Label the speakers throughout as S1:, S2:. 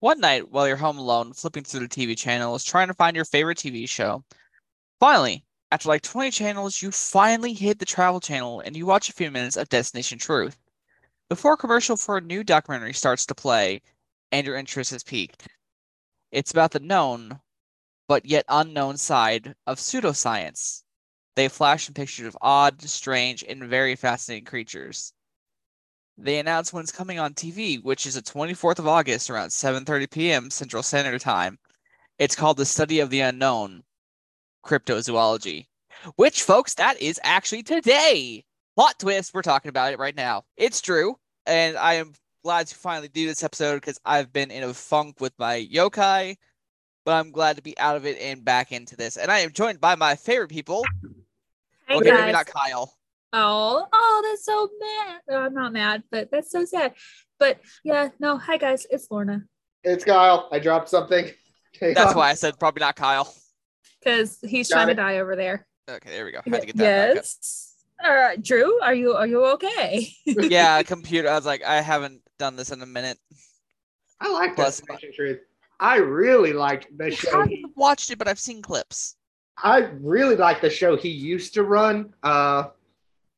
S1: One night, while you're home alone, flipping through the TV channels, trying to find your favorite TV show. Finally, after like 20 channels, you finally hit the travel channel and you watch a few minutes of Destination Truth. Before a commercial for a new documentary starts to play, and your interest is piqued. It's about the known, but yet unknown side of pseudoscience. They flash in pictures of odd, strange, and very fascinating creatures. They announce when it's coming on TV, which is the 24th of August around 7:30 p.m. Central Standard Time. It's called The Study of the Unknown, Cryptozoology, which folks that is actually today. Plot twist, we're talking about it right now. It's true, and I am glad to finally do this episode because I've been in a funk with my yokai, but I'm glad to be out of it and back into this. And I am joined by my favorite people.
S2: Hi,
S1: okay,
S2: guys.
S1: maybe not Kyle.
S2: Oh, oh, that's so mad. No, I'm not mad, but that's so sad. But yeah, no. Hi, guys. It's Lorna.
S3: It's Kyle. I dropped something. Hang
S1: That's
S3: on.
S1: why I said probably not Kyle.
S2: Because he's
S3: Got
S2: trying
S3: it.
S2: to die over there.
S1: Okay, there we go. Had to get that back up.
S2: yes. All right, Drew. Are you are you okay?
S1: yeah, computer. I was like, I haven't done this in a minute.
S3: I like
S1: Plus-
S3: Destination Truth. I really liked the
S1: I
S3: show.
S1: haven't watched it, but I've seen clips.
S3: I really like the show he used to run. Uh,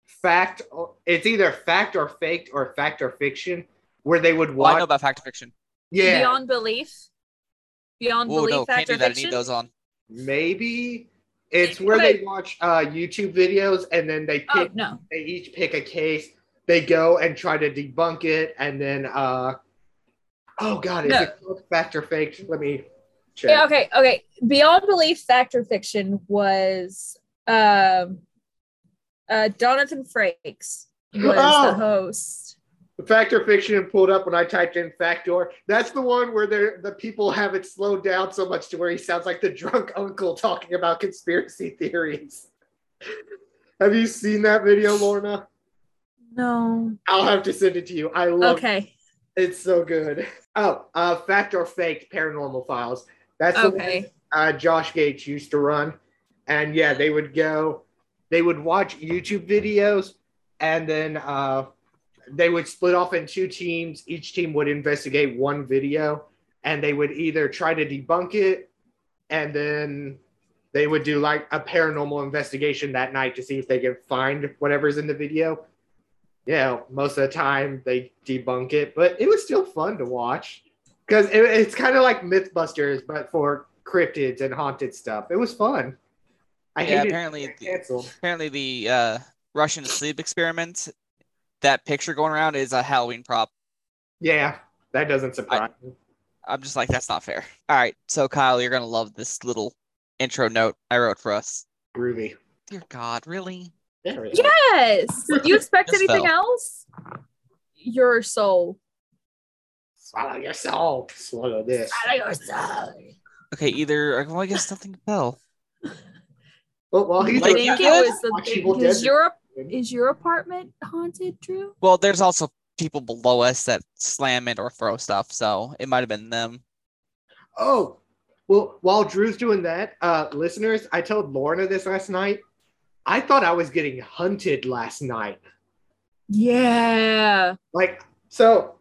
S3: fact, or- it's either fact or faked or fact or fiction, where they would
S1: Well, Oh, I
S3: watch.
S1: know about fact fiction.
S3: yeah,
S2: Beyond belief. Beyond
S1: Oh
S2: belief.
S1: no, can't
S2: factor
S1: do that. I
S2: fiction?
S1: need those on.
S3: maybe it's where they watch uh, YouTube videos and then they pick.
S2: Oh no.
S3: They each pick a case. They go and try to debunk it, and then uh, oh god, is
S2: No.
S3: it called fact or faked? Let me check.
S2: Yeah, okay, okay. Beyond Belief Factor Fiction was um uh Jonathan Frakes was
S3: Oh.
S2: the host.
S3: Fact or fiction pulled up when I typed in factor. That's the one where they're- the people have it slowed down so much to where he sounds like the drunk uncle talking about conspiracy theories. have you seen that video, Lorna?
S2: No.
S3: I'll have to send it to you. I love
S2: Okay.
S3: it. It's so good. Oh, uh, fact or fake paranormal files. That's the one
S2: Okay.
S3: uh, Josh Gates used to run. And yeah, they would go, they would watch YouTube videos and then uh, they would split off in two teams. Each team would investigate one video and they would either try to debunk it and then they would do like a paranormal investigation that night to see if they can find whatever's in the video. Yeah, most of the time they debunk it, but it was still fun to watch because it, it's kind of like Mythbusters, but for cryptids and haunted stuff. It was fun. I
S1: yeah,
S3: hated
S1: apparently,
S3: it.
S1: the,
S3: canceled.
S1: apparently the uh, Russian sleep experiment. That picture going around is a Halloween prop.
S3: Yeah, that doesn't surprise me.
S1: I'm just like, that's not fair. All right, so Kyle, you're gonna love this little intro note I wrote for us.
S3: Groovy.
S1: Dear God, really?
S3: There it is.
S2: Yes. Do you expect
S1: Just
S2: anything
S1: fell.
S2: else? Your soul.
S3: Swallow your soul. Swallow this.
S2: Out of your soul.
S1: Okay, either well, I guess nothing fell.
S3: Well, while
S2: You
S3: he's
S1: Like
S3: doing
S2: think
S1: you
S2: it
S1: did?
S2: was the
S3: Watch Evil
S2: thing- Is
S3: Dead.
S2: your
S3: that-
S2: is your apartment haunted, Drew?
S1: Well, there's also people below us that slam it or throw stuff, so it might have been them.
S3: Oh, well, while Drew's doing that, uh, listeners, I told Lorna this last night. I thought I was getting hunted last night.
S2: Yeah.
S3: Like, so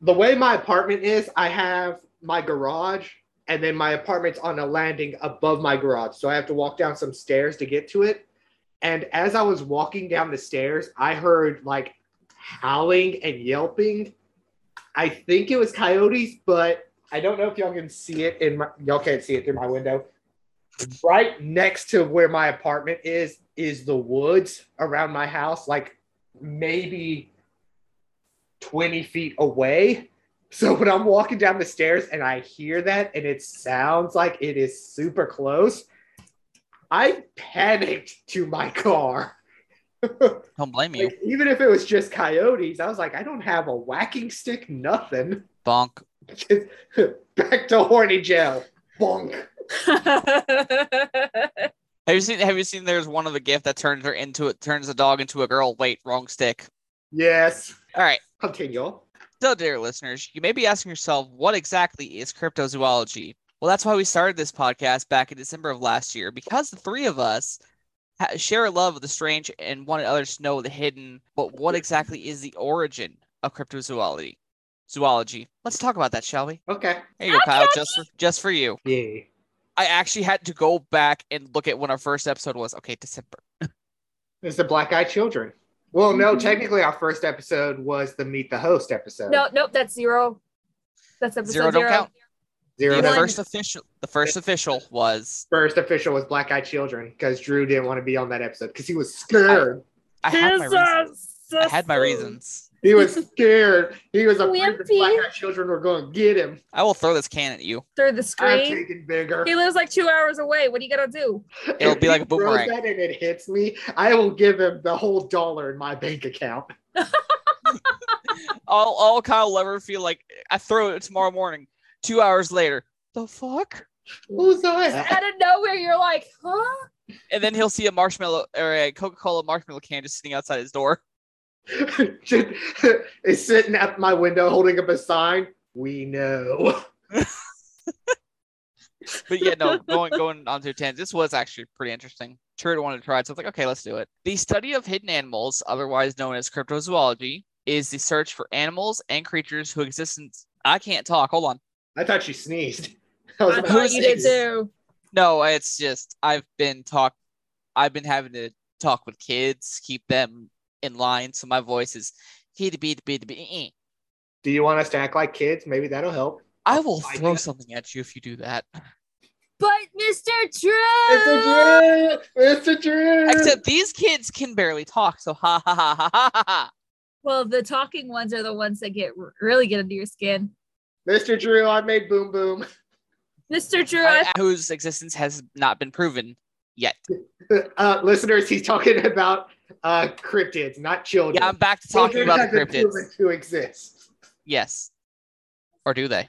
S3: the way my apartment is, I have my garage, and then my apartment's on a landing above my garage. So I have to walk down some stairs to get to it. And as I was walking down the stairs, I heard like howling and yelping. I think it was coyotes, but I don't know if y'all can see it in my y'all can't see it through my window. Right next to where my apartment is is the woods around my house, like maybe 20 feet away. So when I'm walking down the stairs and I hear that and it sounds like it is super close, I panicked to my car.
S1: Don't blame you.
S3: Like, even if it was just coyotes, I was like, I don't have a whacking stick, nothing.
S1: Bonk.
S3: Back to horny Joe. Bonk.
S1: Have you seen? Have you seen? There's one of the gift that turns her into it turns the dog into a girl. Wait, wrong stick.
S3: Yes.
S1: All right.
S3: Continue.
S1: So, dear listeners, you may be asking yourself, what exactly is cryptozoology? Well, that's why we started this podcast back in December of last year, because the three of us ha- share a love of the strange and wanted others to know the hidden. But what exactly is the origin of cryptozoology? zoology. Let's talk about that, shall we?
S3: Okay.
S1: Here you go, Kyle, just for, just for you.
S3: Yay.
S1: I actually had to go back and look at when our first episode was. Okay, December.
S3: It's the Black Eyed Children. Well,
S1: Mm-hmm.
S3: no,
S2: Mhm.
S3: technically our first episode was the Meet the Host episode.
S2: No, nope, that's zero. That's episode
S1: Zero
S2: 0
S1: don't count.
S3: Zero.
S1: The
S2: One.
S1: first official, the first official was.
S3: First official was Black Eyed Children because Drew didn't want to be on that episode because he was scared.
S1: I had my reasons. I had my
S2: Jesus.
S1: reasons.
S3: he was scared. He was afraid the
S2: Wimpy.
S3: Black Eyed Children were going to get him.
S1: I will throw this can at you.
S2: Through the
S3: I'm
S2: screen.
S3: taking bigger.
S2: He lives like two hours away. What are you gonna do?
S1: It'll
S3: If
S1: be like
S3: he
S1: a boomerang.
S3: throws that and it hits me, I will give him the whole dollar in my bank account.
S1: All, all Kyle will ever feel like I throw it tomorrow morning. Two hours later, the fuck?
S3: Who's that?
S2: Out of nowhere, you're like, huh?
S1: And then he'll see a marshmallow or a Coca-Cola marshmallow can just sitting outside his door.
S3: Is sitting at my window holding up a sign. We know.
S1: But yeah, no, going going on to ten. This was actually pretty interesting. Turd wanted to try it, so I was like, okay, let's do it. The study of hidden animals, otherwise known as cryptozoology, is the search for animals and creatures who exist in I can't talk. Hold on.
S3: I thought you sneezed. I was
S2: I
S3: about
S2: thought
S3: to
S2: you did
S3: sneeze.
S2: too.
S1: No, it's just I've been talk I've been having to talk with kids, keep them in line, so my voice is he to be to be eh, to be.
S3: Do you want us to act like kids? Maybe that'll help.
S1: I will
S3: I
S1: throw
S3: do-
S1: something at you if you do that.
S2: But Mr. Drew, Uh,
S3: Mr. Drew! Mr. Drew!
S1: Except these kids can barely talk, so ha ha ha ha ha ha. ha.
S2: well, the talking ones are the ones that get really get under your skin.
S3: Mr. Drew, I made Boom Boom.
S2: Mr. Drew, I
S1: I- whose existence has not been proven yet.
S3: Uh, listeners, he's talking about uh, cryptids, not children.
S1: Yeah, I'm back to talking
S3: Children
S1: about the
S3: haven't proven
S1: cryptids.
S3: To exist.
S1: Yes. Or do they?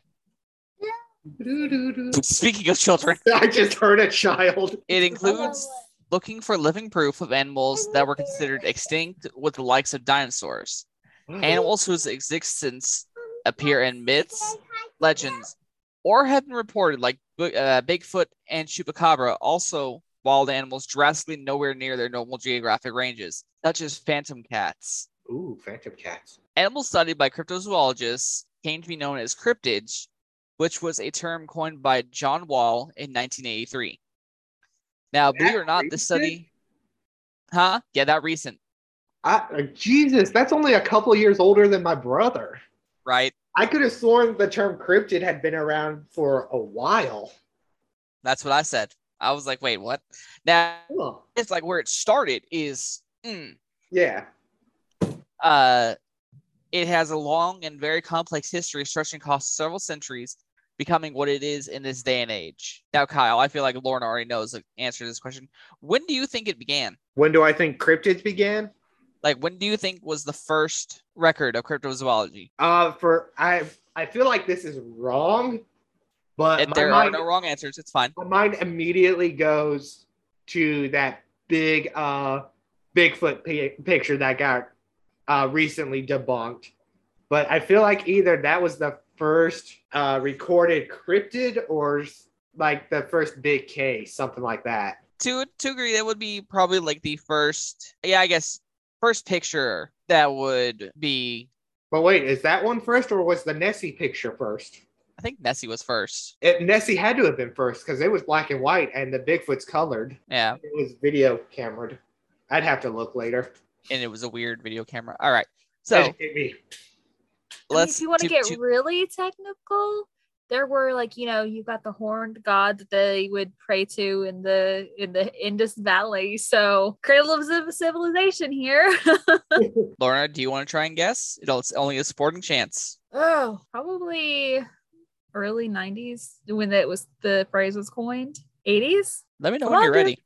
S3: Doo-doo-doo.
S1: Speaking of children,
S3: I just heard a child.
S1: it includes looking for living proof of animals that were considered extinct with the likes of dinosaurs.
S3: Mm-hmm.
S1: Animals whose existence appear in myths, legends, or have been reported, like Bu- uh, Bigfoot and Chupacabra, also wild animals drastically nowhere near their normal geographic ranges, such as phantom cats.
S3: Ooh, phantom cats.
S1: Animals studied by cryptozoologists came to be known as cryptids, which was a term coined by John Wall in 1983. Now, believe it or not, this study, huh? Yeah, that recent,
S3: I, uh, Jesus, that's only a couple years older than my brother.
S1: right?
S3: I could have sworn the term cryptid had been around for a while.
S1: That's what I said. I was like, wait, what? Now,
S3: Huh.
S1: it's like where it started is mm,
S3: Yeah.
S1: Uh, it has a long and very complex history stretching across several centuries, becoming what it is in this day and age. Now, Kyle, I feel like Lauren already knows the answer to this question. When do you think it began?
S3: When do I think cryptids began?
S1: Like, when do you think was the first record of cryptozoology?
S3: Uh, for I I feel like this is wrong,
S2: Uh,
S3: but
S1: If
S3: my
S1: there
S3: mind,
S1: are no wrong answers, it's fine.
S3: my mind immediately goes to that big uh Bigfoot pi- picture that got uh recently debunked. But I feel like either that was the first uh recorded cryptid or s- like the first big case, something like that.
S1: To to agree, that would be probably like the first. Yeah, I guess first picture that would be.
S3: But wait, is that one first or was the Nessie picture first?
S1: I think Nessie was first.
S3: It, Nessie had to have been first because it was black and white and the Bigfoot's colored.
S1: Yeah,
S3: It was video camered. I'd have to look later.
S1: and it was a weird video camera. All right, so
S3: Educate me.
S2: mean,
S1: let's.
S2: if you want to
S1: to-
S2: get
S1: to-
S2: really technical, there were like you know you got the horned god that they would pray to in the in the Indus Valley. So cradle of civ- civilization here.
S1: Lorna, do you want to try and guess? It'll- It's only a sporting chance.
S2: oh, probably early '90s when it was the phrase was coined. '80s.
S1: Let me know
S2: Come
S1: when
S2: on,
S1: you're
S2: dude.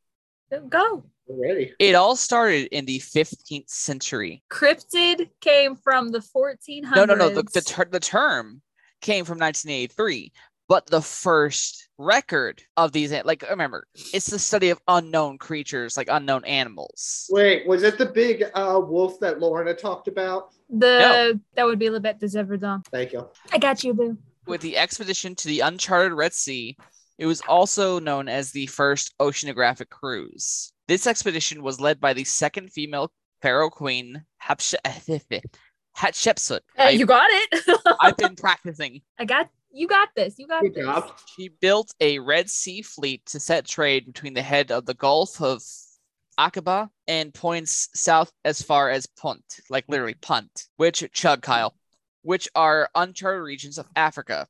S1: ready.
S2: Go.
S3: We're ready.
S1: It all started in the 15th century.
S2: Cryptid came from the 1400s.
S1: No, no, no. The, the, ter- the term came from 1983, but the first record of these, like, remember, it's the study of unknown creatures, like unknown animals.
S3: Wait, was it the big uh, wolf that Lorna talked about?
S2: The- that would be Lebet de Zeverdon.
S3: Thank you.
S2: I got you, boo.
S1: With the expedition to the uncharted Red Sea, it was also known as the first oceanographic cruise. This expedition was led by the second female pharaoh queen, Hatshepsut. Hatshepsut.
S2: Uh,
S1: I-
S2: you got it.
S1: I've been practicing.
S2: I got you. Got this. You got
S3: Good
S2: this.
S3: job.
S1: She built a Red Sea fleet to set trade between the head of the Gulf of Aqaba and points south as far as Punt, like literally Punt, which chug Kyle, which are uncharted regions of Africa,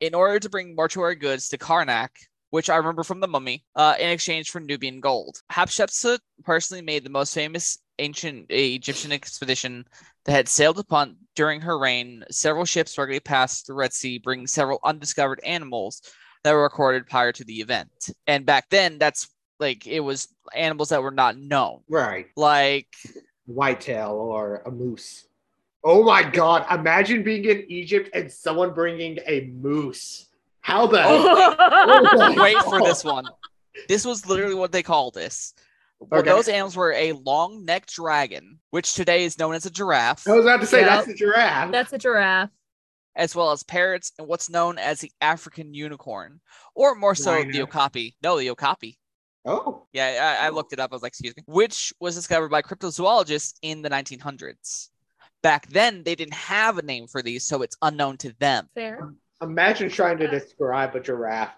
S1: in order to bring mortuary goods to Karnak, which I remember from the Mummy, uh, in exchange for Nubian gold. Hatshepsut personally made the most famous ancient uh, Egyptian expedition that had sailed upon during her reign. Several ships regularly passed the Red Sea, bringing several undiscovered animals that were recorded prior to the event. And back then, that's like it was animals that were not known,
S3: Right.
S1: like
S3: Whitetail or a moose. Oh my God. Imagine being in Egypt and someone bringing a moose. How the Oh.
S1: wait for this one. This was literally what they call this. Well,
S3: Okay.
S1: those animals were a long-necked dragon, which today is known as a giraffe,
S3: I was about to say
S2: Yeah.
S3: that's the giraffe.
S2: That's a giraffe.
S1: as well as parrots and what's known as the African unicorn, or more so the
S3: Rhino.
S1: okapi. No, the okapi.
S3: oh.
S1: Yeah, I, I
S3: Oh.
S1: looked it up. I was like, excuse me. Which was discovered by cryptozoologists in the 1900s. Back then, they didn't have a name for these, so it's unknown to them.
S2: Fair.
S3: Imagine trying to describe a giraffe.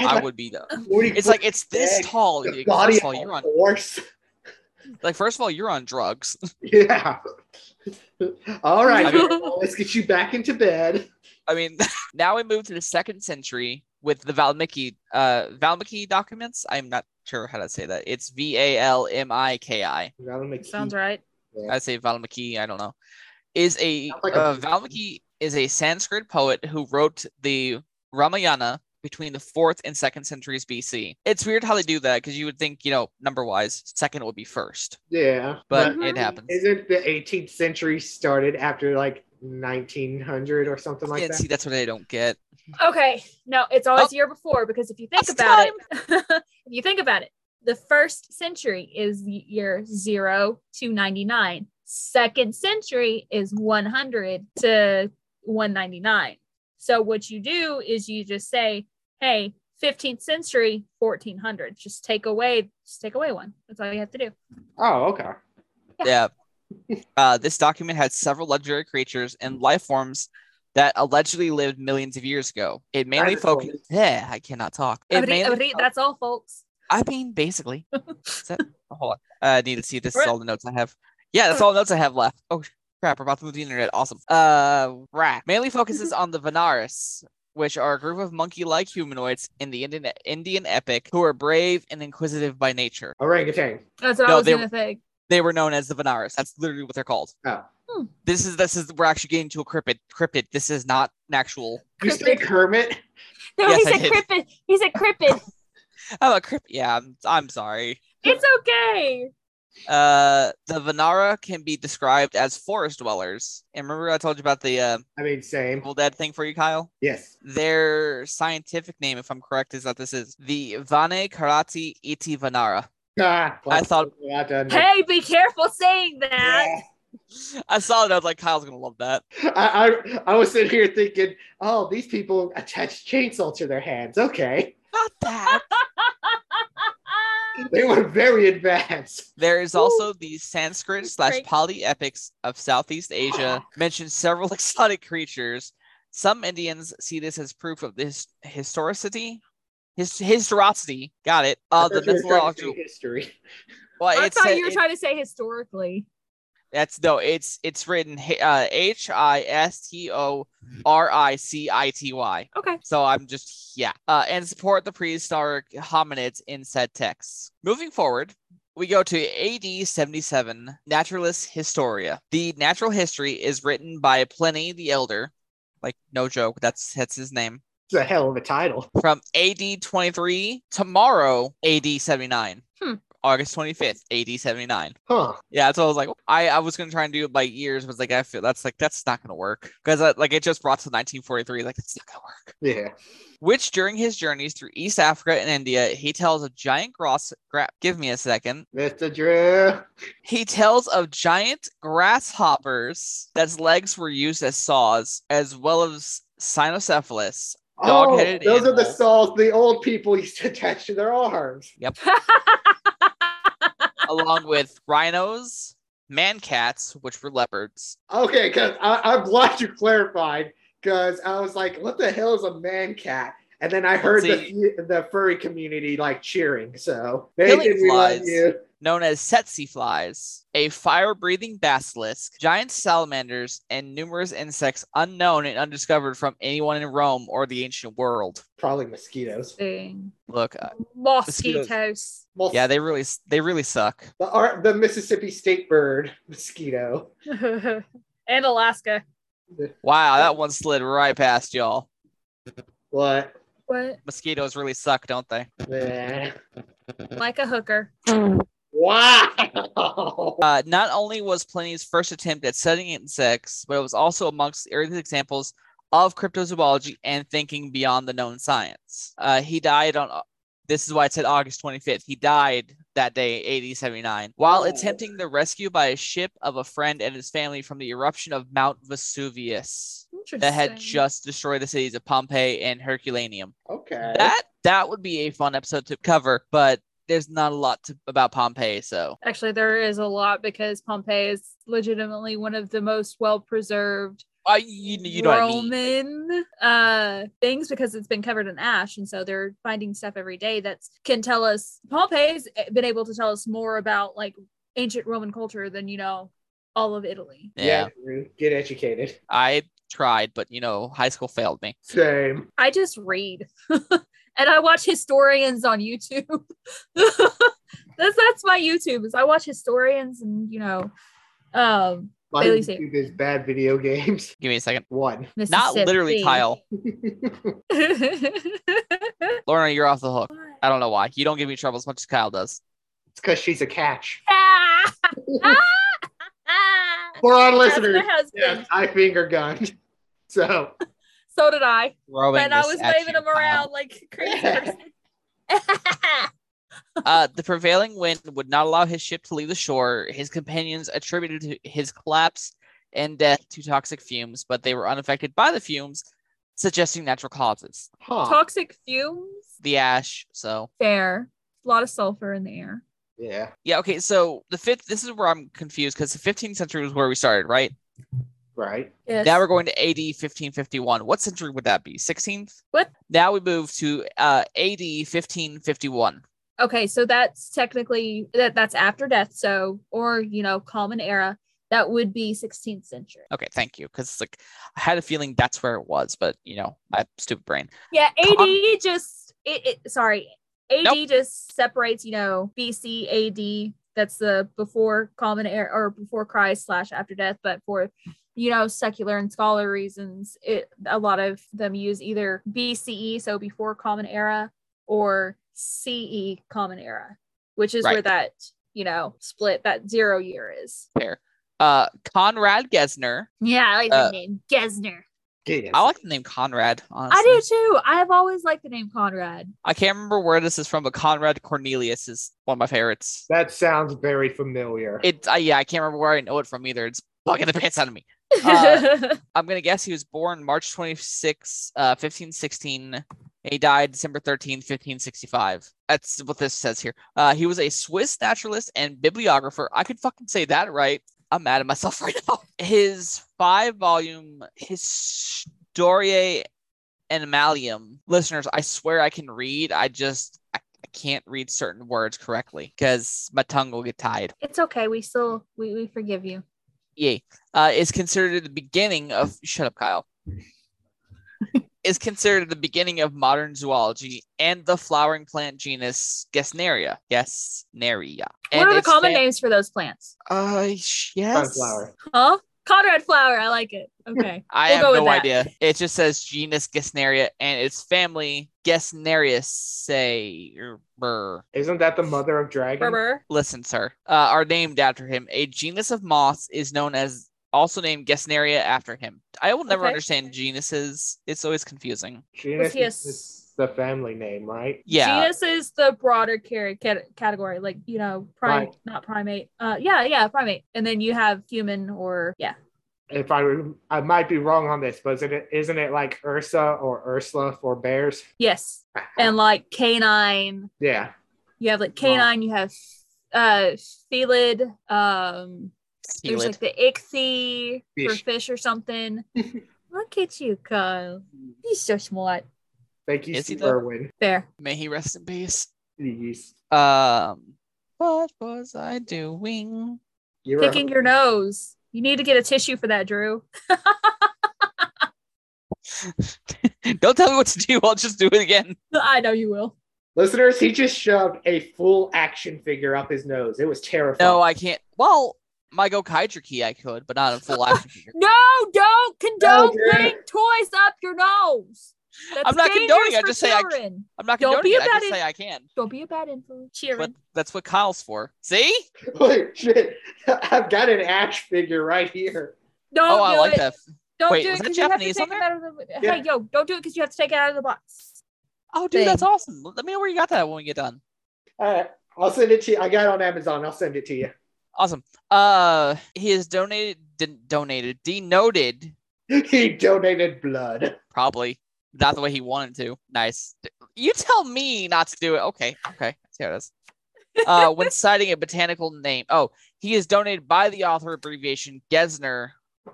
S1: I would be though.
S3: Forty
S1: It's
S3: foot
S1: like it's this
S3: big,
S1: tall.
S3: the
S1: Like, First
S3: body
S1: of all,
S3: of
S1: you're
S3: a
S1: on.
S3: horse.
S1: Like first of all, you're on drugs.
S3: Yeah. All right.
S1: I mean-
S3: Mirabelle, let's get you back into bed.
S1: I mean, now we move to the second century with the Valmiki uh, Valmiki documents. I'm not sure how to say that. It's V A L M I K I.
S3: That'll make
S2: Sounds right.
S1: I say Valmiki, I don't know, is a,
S3: Sounds like a-
S1: uh, Valmiki is a Sanskrit poet who wrote the Ramayana between the fourth and second centuries BC. It's weird how they do that because you would think, you know, number wise, second would be first,
S3: Yeah.
S1: but
S2: Mhm.
S1: it happens.
S3: isn't the 18th century started after like 1900 or something like
S1: and
S3: that?
S1: see, that's what I don't get.
S2: Okay. No, it's always
S1: Oh.
S2: the year before because if you think
S1: Last
S2: about it, if you think about it, the first century is the year zero to 99. Second century is 100 to 199. So what you do is you just say, hey, 15th century, 1400. Just take away, just take away one. That's all you have to do.
S3: Oh, okay.
S1: Yeah. Uh, this document had several legendary creatures and life forms that allegedly lived millions of years ago. It mainly
S3: Dinosaurs.
S1: focused. Yeah, I cannot talk. It
S2: Every-
S1: mainly
S2: every- that's all, folks.
S1: I mean, basically. Is that- oh, hold on. Uh, I need to see. This is
S2: Right.
S1: all the notes I have. Yeah, that's all the notes I have left. Oh crap! We're about to move to the internet. Awesome. Uh, rat mainly focuses on the Venaris, which are a group of monkey-like humanoids in the Indian Indian epic who are brave and inquisitive by nature.
S3: Orangutan.
S2: That's what
S1: No,
S2: I was
S1: they-
S2: going to think.
S1: They were known as the Venaris. That's literally what they're called.
S3: Oh.
S2: Hmm.
S1: This is this is we're actually getting to a cryptid. Cryptid. This is not an actual.
S3: You say Kermit?
S2: No,
S1: Yes,
S2: he
S1: I
S2: said
S1: did.
S2: cripid. He said cripid.
S1: I'm oh, a crypt. Yeah, I'm, I'm sorry.
S2: It's okay.
S1: Uh, the Venara can be described as forest dwellers. And remember, I told you about the uh,
S3: I mean, same.
S1: Evil Dead thing for you, Kyle.
S3: Yes.
S1: Their scientific name, if I'm correct, is that this is the Vane Karati Iti Vanara.
S3: Ah,
S1: I thought-
S3: I done-
S2: Hey, be careful saying that.
S3: Yeah.
S1: I saw it. I was like, Kyle's gonna love that.
S3: I, I I was sitting here thinking, oh, these people attach chainsaw to their hands. Okay,
S1: Not that.
S3: they were very advanced.
S1: There is also the Sanskrit
S2: That's
S1: slash
S2: great.
S1: Pali epics of Southeast Asia mention several exotic creatures. Some Indians see this as proof of this historicity, his historicity. Got it.
S3: I
S1: Of the
S3: thought you were trying to
S1: mythological.
S3: do history.
S1: Well,
S2: I
S1: it's
S2: thought
S1: said-
S2: you were
S1: it-
S2: trying to say historically.
S1: That's no, it's it's written H- uh, H I S T O R I C I T Y.
S2: Okay.
S1: So I'm just yeah, uh, and support the prehistoric hominids in said texts. Moving forward, we go to AD 77, Naturalis Historia. The natural history is written by Pliny the Elder, like no joke, that's that's his name.
S3: It's a hell of a title.
S1: From AD 23 tomorrow, AD 79,
S2: Hmm.
S1: August 25th, AD 79.
S3: Huh.
S1: Yeah, so I was like, I, I was gonna try and do it by years, but it's like I feel that's like that's not gonna work because like it just brought to 1943, like it's not gonna work.
S3: Yeah.
S1: Which during his journeys through East Africa and India, he tells of giant grass. Gra- give me a second.
S3: Mr. Drew.
S1: He tells of giant grasshoppers that's legs were used as saws, as well as cynocephalus.
S3: Oh,
S1: Dog-headed
S3: those are the
S1: animal.
S3: saws the old people used to attach to their arms.
S1: along with rhinos, man cats, which were leopards.
S3: Okay, because I'm glad you clarified. Because I was like, "What the hell is a man cat?" And then I heard the,
S1: See.
S3: fu- the furry community like cheering. So they
S1: Killing
S3: did we love
S1: flies.
S3: you.
S1: known as tsetse flies, a fire-breathing basilisk, giant salamanders, and numerous insects unknown and undiscovered from anyone in Rome or the ancient world.
S3: Probably mosquitoes.
S2: Thing.
S1: Look, uh, Mosquitoes.
S2: Mosquitoes.
S3: Mos-
S1: yeah, they really they really suck.
S3: the ar- the Mississippi state bird mosquito.
S2: and Alaska.
S1: Wow, that one slid right past y'all.
S3: What?
S2: What?
S1: Mosquitoes really suck, don't they?
S3: Meh.
S2: Like a hooker.
S3: Wow.
S1: Uh, not only was Pliny's first attempt at studying insects, but it was also amongst the earliest examples of cryptozoology and thinking beyond the known science. Uh, he died on. This is why it said August 25th. He died that day, 8079, while
S3: Oh.
S1: attempting the rescue by a ship of a friend and his family from the eruption of Mount Vesuvius
S2: Interesting.
S1: that had just destroyed the cities of Pompeii and Herculaneum.
S3: Okay.
S1: That that would be a fun episode to cover, but there's not a lot to, about Pompeii, so
S2: Actually, there is a lot because Pompeii is legitimately one of the most well preserved
S1: uh, you, you know what I mean.
S2: Roman uh, things because it's been covered in ash, and so they're finding stuff every day that's can tell us. Pompeii's been able to tell us more about like ancient Roman culture than you know all of Italy.
S1: Yeah,
S3: Drew, Get educated.
S1: I tried, but you know, high school failed me.
S3: Same.
S2: I just read and I watch historians on YouTube. that's that's my YouTube is I watch historians and you know um
S3: My
S2: Bailey, say-
S3: YouTube is bad video games.
S1: Give me a second.
S3: One.
S1: Not literally,
S2: Mississippi.
S1: Kyle. Lorna, you're off the hook. I don't know why. You don't give me trouble as much as Kyle does.
S3: It's because she's a catch.
S2: Ah! Ah!
S3: For our
S2: That's
S3: listeners,
S2: my husband.
S3: yes, I finger gunned. So
S2: So did I.
S1: Throwing
S2: and I
S1: this
S2: was
S1: at
S2: waving
S1: you,
S2: him around like crazy. person.
S1: Kyle. Uh, the prevailing wind would not allow his ship to leave the shore. His companions attributed to his collapse and death to toxic fumes, but they were unaffected by the fumes, suggesting natural causes.
S3: huh.
S2: Toxic fumes.
S1: The ash. So
S2: Fair. A lot of sulfur in the air.
S3: yeah.
S1: yeah, okay. So the fifth. This is where I'm confused because the 15th century was where we started, right?
S3: Right.
S2: Yes.
S1: Now we're going to AD 1551. What century would that be? 16th?
S2: What?
S1: Now we move to uh, AD 1551.
S2: okay, so that's technically that that's after death, so or you know, common era. That would be 16th century.
S1: Okay, thank you. Because like I had a feeling that's where it was, but you know, my stupid brain.
S2: Yeah, AD
S1: Com-
S2: just it, it sorry. AD
S1: Nope.
S2: just separates, you know, BC AD. That's the before common era or before Christ slash after death. But for you know secular and scholar reasons, it a lot of them use either BCE, so before common era, or CE common era, which is where
S1: Right.
S2: that you know split that zero year is.
S1: Fair. Uh, Conrad Gesner.
S2: Yeah, I like
S1: Uh,
S2: the name Gesner.
S3: Yes.
S1: I like the name Conrad. Honestly,
S2: I do too. I've always liked the name Conrad.
S1: I can't remember where this is from, but Conrad Cornelius is one of my favorites.
S3: that sounds very familiar.
S1: It. Uh, yeah, I can't remember where I know it from either. It's bugging the pants out of me. Uh, I'm gonna guess he was born March 26, uh, 1516. and He died December 13, 1565. That's what this says here. Uh, he was a Swiss naturalist and bibliographer. I could fucking say that right. I'm mad at myself right now. His five volume Historiae Animalium. Listeners, I swear I can read. I just I, I can't read certain words correctly because my tongue will get tied.
S2: It's okay. We still we, we forgive you.
S1: Yay. Uh, is considered the beginning of shut up, Kyle. is considered the beginning of modern zoology and the flowering plant genus Gesneria. Gesneria.
S2: what are the
S1: its
S2: common
S1: fam-
S2: names for those plants?
S1: Uh, sh- yes.
S3: Sunflower.
S2: Huh? Conrad flower. I like it. Okay.
S1: I
S2: We'll
S1: have
S2: go with
S1: no
S2: that.
S1: idea. It just says genus Gesneria and its family Gesneriaceae.
S3: Isn't that the mother of dragons?
S2: Berber.
S1: listen, sir, uh, are named after him. A genus of moths is known as also named Gesneria after him. I will never
S2: Okay.
S1: understand genuses. It's always confusing.
S3: Genus
S2: Was he a
S3: is the family name, right?
S1: Yeah.
S2: Genus is the broader car- cat- category, like you know, prime,
S3: Right.
S2: not primate. Uh, yeah, yeah, primate. And then you have human or yeah,
S3: If I re- I might be wrong on this, but isn't it, isn't it like Ursa or Ursula for bears?
S2: yes, and like canine.
S3: yeah.
S2: You have like canine. You have uh, felid. Um,
S1: Feel
S2: There's
S1: it.
S2: like the ichthy for
S3: Fish.
S2: fish or something. Look at you, Kyle. He's so smart.
S3: Thank you,
S1: Is he
S3: Steve
S1: though?
S3: Irwin.
S2: Fair.
S1: May he rest in peace.
S3: Jeez.
S1: Um, what was I doing?
S3: You're a-
S2: Picking your nose. You need to get a tissue for that, Drew.
S1: Don't tell me what to do. I'll just do it again.
S2: I know you will.
S3: Listeners, he just shoved a full action figure up his nose. It was terrifying.
S1: No, I can't. Well, my go key I could, but not in full action figure.
S2: No, don't condone
S3: Drew.
S2: putting toys up your nose. That's
S1: I'm not
S2: dangerous
S1: condoning it, I
S2: for
S1: just say I-
S2: children.
S1: I'm not
S2: Don't
S1: condoning
S2: be
S1: it. I
S2: about
S1: just
S2: it.
S1: say I can.
S2: Don't be a bad influence.
S1: But
S2: Cheering.
S1: that's what Kyle's for. See?
S3: Wait, shit. I've got an ash figure right here.
S2: Don't
S1: oh,
S2: do
S1: I like
S2: it.
S1: that.
S2: Don't
S1: Wait,
S2: do
S1: was
S2: it
S1: that
S2: 'cause you have to
S1: Japanese
S2: take
S1: on
S2: it
S1: there?
S2: out of the.
S3: Yeah.
S2: Hey, yo, don't do it because you have to take it out of the box.
S1: Oh, dude, that's
S2: Thing.
S1: awesome. Let me know where you got that when we get done.
S3: All right. I'll send it to you. I got it on Amazon. I'll send it to you.
S1: Awesome. Uh, he has donated, didn't donated, denoted,
S3: He donated blood.
S1: probably not the way he wanted to. Nice. You tell me not to do it. Okay. Okay. That's how it is. Uh, when citing a botanical name. Oh, he is donated by the author abbreviation Gesner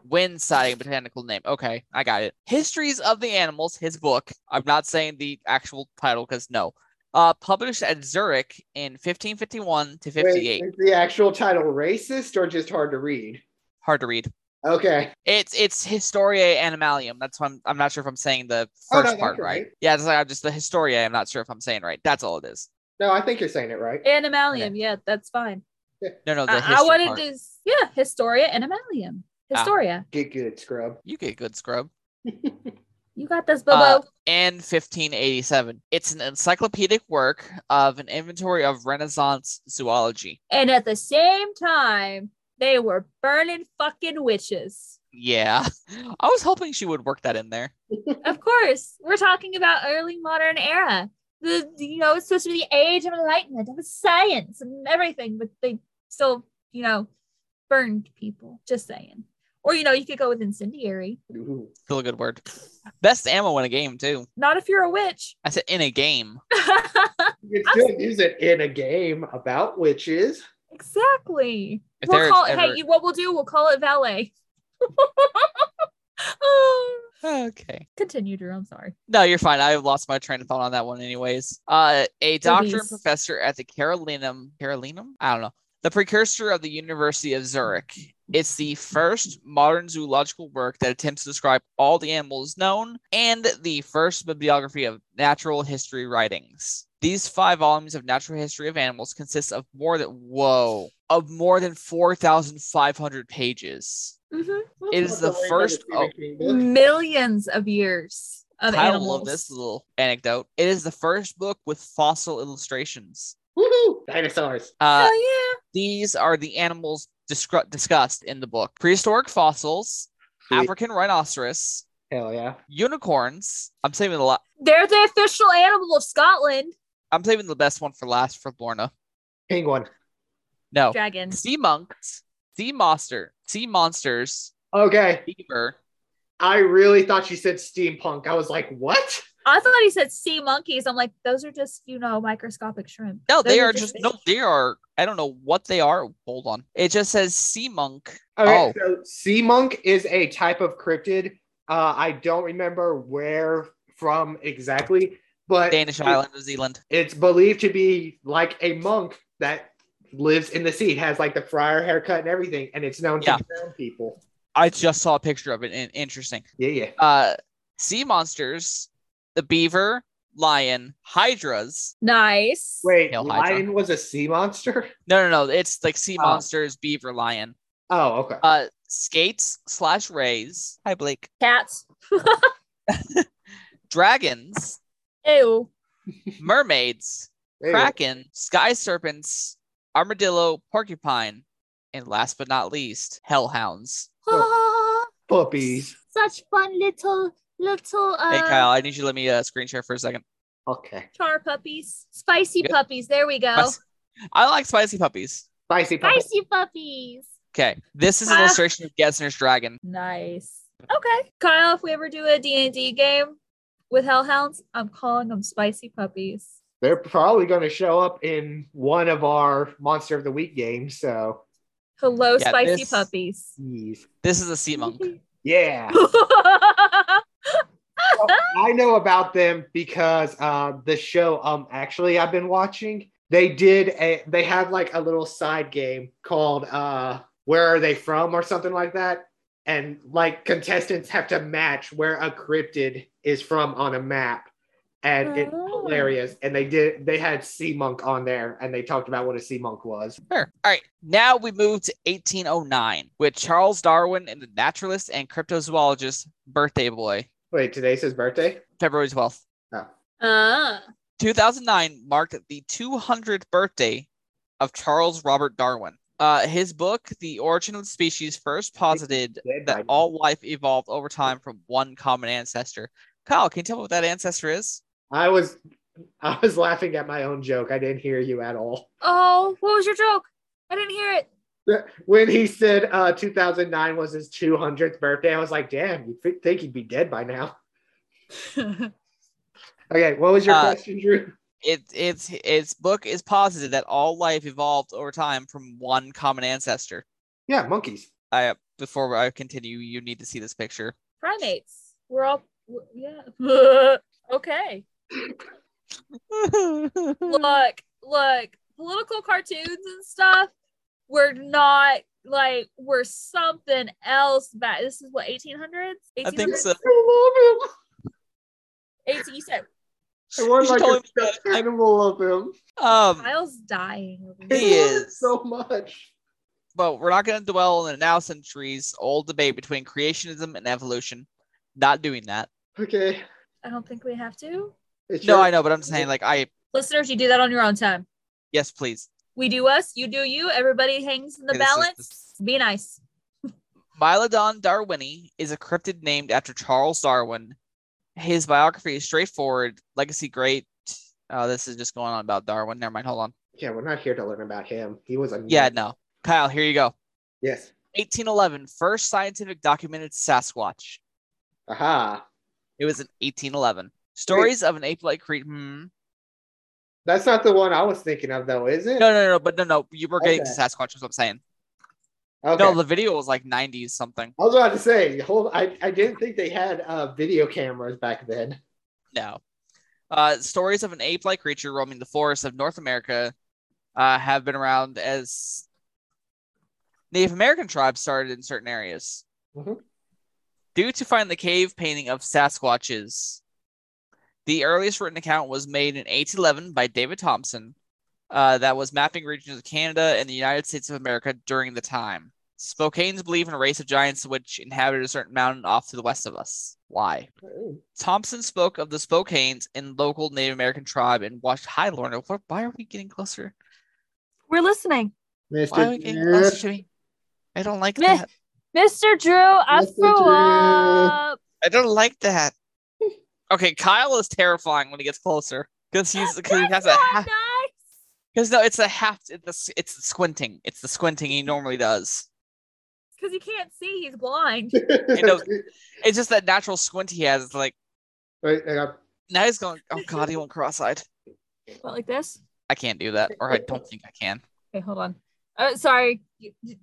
S1: when citing a botanical name. Okay. I got it. Histories of the Animals, his book. I'm not saying the actual title because no. Uh, published at Zurich in 1551 to 58.
S3: Wait, is the actual title racist or just hard to read?
S1: Hard to read.
S3: Okay.
S1: It's it's Historiae Animalium. That's why I'm, I'm not sure if I'm saying the
S3: Oh, no,
S1: first
S3: that's
S1: part
S3: all
S1: right.
S3: right.
S1: Yeah, it's like I'm just the Historiae. I'm not sure if I'm saying right. That's all it is.
S3: No, I think you're saying it right.
S2: Animalium. Yeah, that's fine.
S1: No, no, the
S2: I, I
S1: history
S2: wanted
S1: part.
S2: to. Yeah, Historia Animalium.
S1: Ah.
S2: Historia.
S3: Get good, scrub.
S1: You get good scrub.
S2: You got this, Bobo.
S1: Uh, And 1587. It's an encyclopedic work of an inventory of Renaissance zoology.
S2: and at the same time, they were burning fucking witches.
S1: Yeah, I was hoping she would work that in there.
S2: of course, we're talking about early modern era. The the- you know it's supposed to be the age of enlightenment, of science and everything, but they still you know burned people. Just saying. Or you know you could go with incendiary.
S3: Ooh.
S1: Still a good word. Best ammo in a game too.
S2: Not if you're a witch.
S1: I said in a game.
S3: You can still use it in a game about witches.
S2: exactly.
S1: If
S2: we'll
S1: there's
S2: call it.
S1: ever-
S2: Hey, you, what we'll do? We'll call it valet. Oh.
S1: Okay.
S2: Continue, Drew. I'm sorry.
S1: No, you're fine. I lost my train of thought on that one, anyways. Uh, a doctor and
S2: Movies.
S1: professor at the Carolinum, Carolinum? I don't know. The precursor of the University of Zurich. It's the first modern zoological work that attempts to describe all the animals known and the first bibliography of natural history writings. These five volumes of natural history of animals consist of more than whoa of more than four thousand five hundred pages.
S2: Mhm.
S1: It is the first- oh.
S2: Millions of years of
S1: I
S2: animals.
S1: love this little anecdote. It is the first book with fossil illustrations.
S3: Woohoo! Dinosaurs.
S1: Uh,
S2: Hell yeah.
S1: these are the animals discru- discussed in the book prehistoric fossils,
S3: Sweet.
S1: African rhinoceros,
S3: Hell yeah.
S1: unicorns. I'm saving the la-
S2: They're the official animal of Scotland.
S1: I'm saving the best one for last for Lorna.
S3: Penguin.
S1: No.
S2: Dragon.
S1: Sea monks, sea monster, sea monsters,
S3: Okay.
S1: beaver.
S3: I really thought you said steampunk. I was like, what?
S2: I thought he said sea monkeys. I'm like, those are just, you know, microscopic shrimp.
S1: No,
S2: Those
S1: they are just no,
S2: fish.
S1: they are I don't know what they are. Hold on. It just says sea monk.
S3: Okay,
S1: Oh.
S3: so sea monk is a type of cryptid. Uh, I don't remember where from exactly, but
S1: Danish
S3: it-
S1: island, New Zealand.
S3: It's believed to be like a monk that lives in the sea, has like the friar haircut and everything, and it's known
S1: Yeah.
S3: to drown people.
S1: I just saw a picture of it and interesting.
S3: Yeah, yeah.
S1: Uh sea monsters, the beaver, lion, hydras,
S2: Nice.
S3: Wait,
S1: Hail Hydra.
S3: lion was a sea monster?
S1: No, no, no. It's like sea
S3: Oh.
S1: monsters, beaver, lion.
S3: Oh, okay.
S1: Uh, skates slash rays. Hi, Blake.
S2: Cats.
S1: Dragons,
S2: Ew.
S1: mermaids,
S3: There you go.
S1: kraken, sky serpents, armadillo, porcupine, and last but not least, hellhounds.
S2: Ah,
S3: Puppies.
S2: Such fun little, little uh,
S1: Hey, Kyle, I need you to let me uh, screen share for a second.
S3: Okay.
S2: char puppies. Spicy
S1: Yep.
S2: puppies. There we go.
S1: Spicy- I like spicy puppies.
S3: Spicy puppies.
S2: Spicy puppies.
S1: Okay, this is an
S2: Ah.
S1: illustration of Gesner's dragon.
S2: Nice. Okay. Kyle, if we ever do a D&D game with hellhounds, I'm calling them spicy puppies.
S3: They're probably going to show up in one of our Monster of the Week games. So
S2: Hello,
S1: Yeah,
S2: spicy
S1: this-
S2: puppies.
S3: Jeez.
S1: This is a sea monk.
S3: Yeah. I know about them because uh, the show um actually I've been watching. They did a they have like a little side game called uh where are they from or something like that. And like contestants have to match where a cryptid is from on a map. And it's
S2: Oh.
S3: hilarious. And they did they had Sea Monk on there and they talked about what a sea monk was.
S1: Sure. All right. Now we move to 1809 with Charles Darwin and the naturalist and cryptozoologist birthday boy,
S3: Wait, today's his birthday?
S1: February 12th.
S2: Ah.
S1: 2009 marked the 200th birthday of Charles Robert Darwin. Uh, his book, The Origin of the Species, first posited
S3: Dead by
S1: that
S3: now.
S1: all life evolved over time from one common ancestor. Kyle, can you tell me what that ancestor is?
S3: I was I was laughing at my own joke. I didn't hear you at all.
S2: Oh, what was your joke? I didn't hear it.
S3: when he said uh, 2009 was his 200th birthday, I was like, damn, you would think he'd be dead by now. Okay, what was your
S1: Uh,
S3: question, Drew?
S1: It, it's its book is posited that all life evolved over time from one common ancestor.
S3: Yeah, monkeys.
S1: I before I continue, you need to see this picture.
S2: Primates. We're all w- yeah. okay.
S1: Um,
S2: Look, look, political cartoons and stuff. We're not like we're something else. Back. This is what 1800s. 1800s?
S1: I think so.
S3: I love him.
S2: 18, you said
S3: I want
S1: You should
S3: like
S1: totally
S3: a
S1: do
S3: stuffed animal of him.
S1: Um,
S2: Kyle's dying. over
S3: I
S2: here.
S1: He
S3: love him
S1: is.
S3: so much.
S1: but we're not going to dwell on the now centuries old debate between creationism and evolution. Not doing that.
S3: Okay.
S2: I don't think we have to.
S3: It's
S1: No,
S3: your-
S1: I know, but I'm saying like I
S2: Listeners, you do that on your own time.
S1: yes, please.
S2: We do us. You do you. Everybody hangs in the
S1: Okay, this is-
S2: balance. Be nice.
S1: Mylodon darwini is a cryptid named after Charles Darwin. His biography is straightforward. Legacy great. Uh, this is just going on about Darwin. Never mind. Hold on.
S3: Yeah, we're not here to learn about him. He was a.
S1: Yeah, no. Kyle, here you go.
S3: Yes.
S1: 1811, first scientific documented Sasquatch.
S3: Aha.
S1: It was in 1811. Stories of an ape-like creature. Hmm.
S3: That's not the one I was thinking of, though, is it?
S1: No, no, no, but no, no. You were getting
S3: Okay.
S1: to Sasquatch. Is what I'm saying.
S3: okay.
S1: No, the video was like 90s something.
S3: I was about to say, hold. I, I didn't think they had uh, video cameras back then.
S1: No. Uh, stories of an ape-like creature roaming the forests of North America uh, have been around as Native American tribes started in certain areas.
S3: Mhm.
S1: Due to find the cave painting of Sasquatches, the earliest written account was made in 1811 by David Thompson, uh, that was mapping regions of Canada and the United States of America during the time. Spokane's believe in a race of giants which inhabited a certain mountain off to the west of us. Why?
S3: Mm-hmm.
S1: Thompson spoke of the Spokanes and local Native American tribe and watched. Hi, Lorna. Wh- Why are we getting closer?
S2: We're listening.
S1: Why are
S3: Mr.
S1: we getting closer
S3: Jeff,
S1: to me? I don't like
S2: Meh.
S1: that.
S2: Mr. Drew, I
S3: Mr.
S2: threw
S3: Drew.
S2: up.
S1: I don't like that. Okay, Kyle is terrifying when he gets closer because he's because he has
S2: That's
S1: a
S2: not
S1: half.
S2: nice.
S1: Because no, it's a half. It's the, s- it's the squinting. It's the squinting he normally does.
S2: Because he can't see. He's blind.
S1: knows- It's just that natural squint he has. It's like
S3: Wait, hang on.
S1: now he's going. Oh God, he went cross-eyed.
S2: What, like this?
S1: I can't do that, or I don't think I can.
S2: Okay, hold on. Uh, sorry. You- you-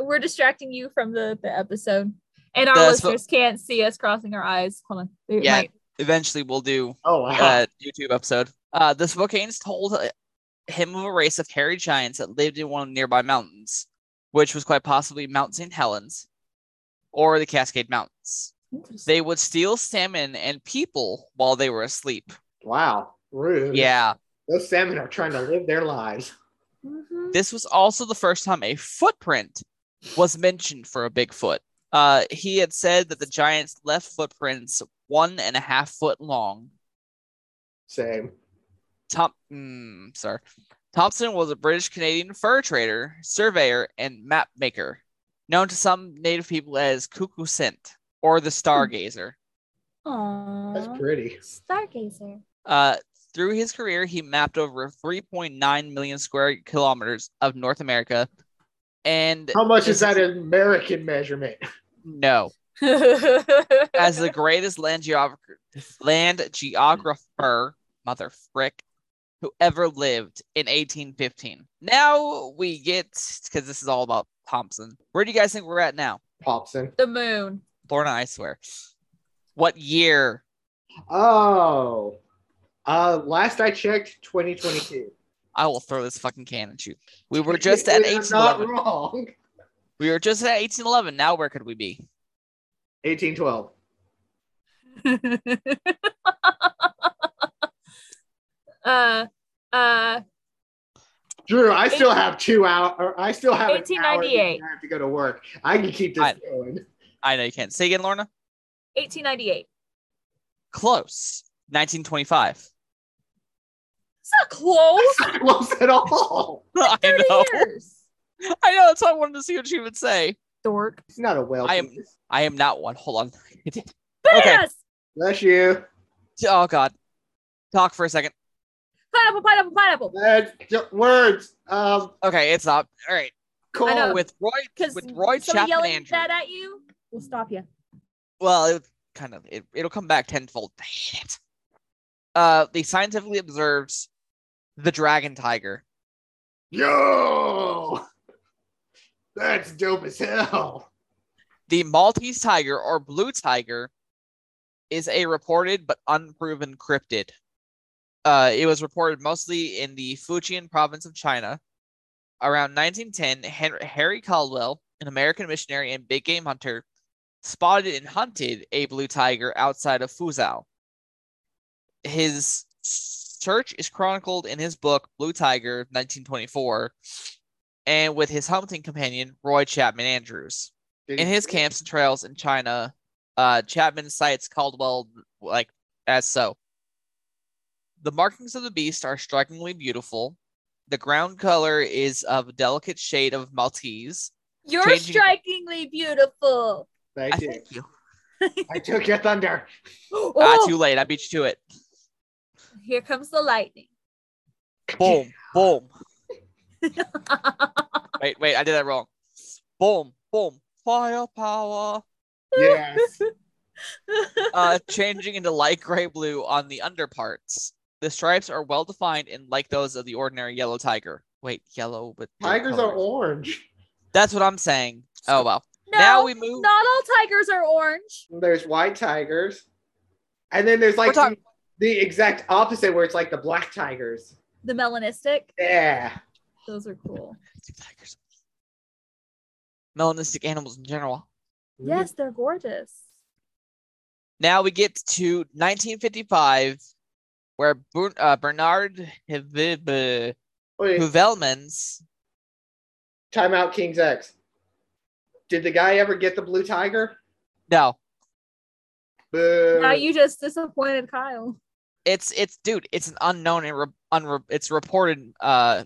S2: We're distracting you from the, the episode. And our
S1: That's what-
S2: listeners can't see us crossing our eyes. Hold on. They
S1: Yeah.
S2: might-
S1: Eventually, we'll do
S3: Oh wow!
S1: uh, YouTube episode. Uh, the Spokanes told uh, him of a race of hairy giants that lived in one of the nearby mountains, which was quite possibly Mount St. Helens or the Cascade Mountains. They would steal salmon and people while they were asleep.
S3: wow, rude.
S1: Yeah,
S3: those salmon are trying to live their lives.
S2: Mhm.
S1: this was also the first time a footprint was mentioned for a Bigfoot. Uh, he had said that the giants left footprints one and a half foot long,
S3: Same.
S1: Tom, mm, sorry. Thompson was a British Canadian fur trader, surveyor, and map maker, known to some native people as Cuckoo Scent or the Stargazer.
S3: That's
S1: Uh-huh.
S2: Aw.
S3: pretty.
S2: Stargazer.
S1: Uh, through his career, he mapped over 3.9 million square kilometers of North America. And
S3: How much is
S1: This is-
S3: that American measurement?
S1: no, as the greatest land, geographer, land geographer, mother frick, who ever lived in 1815. Now we get, because this is all about Thompson. Where do you guys think we're at now?
S3: Thompson.
S2: The moon.
S1: Lorna, I swear. What year?
S3: Oh. Uh, last I checked, 2022.
S1: I will throw this fucking can at you. We were just at
S3: You're Not
S1: 1811.
S3: wrong.
S1: We were just at 1811. Now where could we be?
S3: 1812.
S2: uh uh
S3: Drew, I still have two hours. Or I still have an hour
S2: 1898.
S3: because I have to go to work. I can keep this
S1: I-
S3: going.
S1: I know you can't. Say again, Lorna.
S2: 1898.
S1: Close. 1925.
S2: It's not close.
S3: Not close at all.
S1: I
S2: 30
S1: know.
S2: years.
S1: I know. That's why I wanted to see what you would say.
S2: Dork.
S3: It's not a well.
S1: I am- I am not one. Hold on. Okay.
S2: Bananas.
S3: Bless you.
S1: oh God. Talk for a second.
S2: Pineapple, pineapple, pineapple.
S3: That's ju- words. Um,
S1: Okay, it's up. All right.
S3: cool.
S2: I know.
S1: With Roy,
S2: Because
S1: with Roy
S2: Oh, somebody
S1: Chapman
S2: yelling
S1: Andrews.
S2: that at you will stop you.
S1: well, it kind of it, it'll come back tenfold. Damn it. Uh, they scientifically observes the dragon tiger.
S3: Yo, that's dope as hell.
S1: The Maltese tiger or blue tiger is a reported but unproven cryptid. Uh, it was reported mostly in the Fujian province of China. Around 1910, Hen- Harry Caldwell, an American missionary and big game hunter, spotted and hunted a blue tiger outside of Fuzhou. His search is chronicled in his book, Blue Tiger, 1924, and with his hunting companion, Roy Chapman Andrews
S3: Did
S1: in
S3: he-
S1: his camps and trails in China, uh, Chapman cites Caldwell like as so. The markings of the beast are strikingly beautiful. The ground color is of a delicate shade of Maltese.
S2: You're
S1: Changing-
S2: strikingly beautiful.
S3: Thank
S1: I
S3: you.
S1: thank you.
S3: I took your thunder.
S1: Ah,
S2: Oh,
S1: too late. I beat you to it.
S2: here comes the lightning.
S1: Boom, boom. Wait, wait. I did that wrong. Boom, boom. Firepower.
S3: Yes.
S1: uh, changing into light gray blue on the underparts. The stripes are well defined and like those of the ordinary yellow tiger. Wait, yellow, but different
S3: Tigers are
S1: colors.
S3: orange.
S1: That's what I'm saying. Oh well.
S2: no,
S1: now we move.
S2: not all tigers are orange.
S3: There's white tigers, and then there's
S1: We're
S3: like
S1: talking-
S3: the, the exact opposite, where it's like the black tigers.
S2: The melanistic.
S3: Yeah.
S2: Those are cool.
S1: Tigers. Melanistic animals in general.
S2: Yes, they're gorgeous.
S1: Now we get to 1955, where Bern- uh, Bernard Hivib-
S3: Wait,
S1: Huvelmans.
S3: time out, King's X. Did the guy ever get the blue tiger?
S1: No,
S3: Boo.
S2: Now you just disappointed Kyle.
S1: it's it's dude. It's an unknown and re- unre- it's reported uh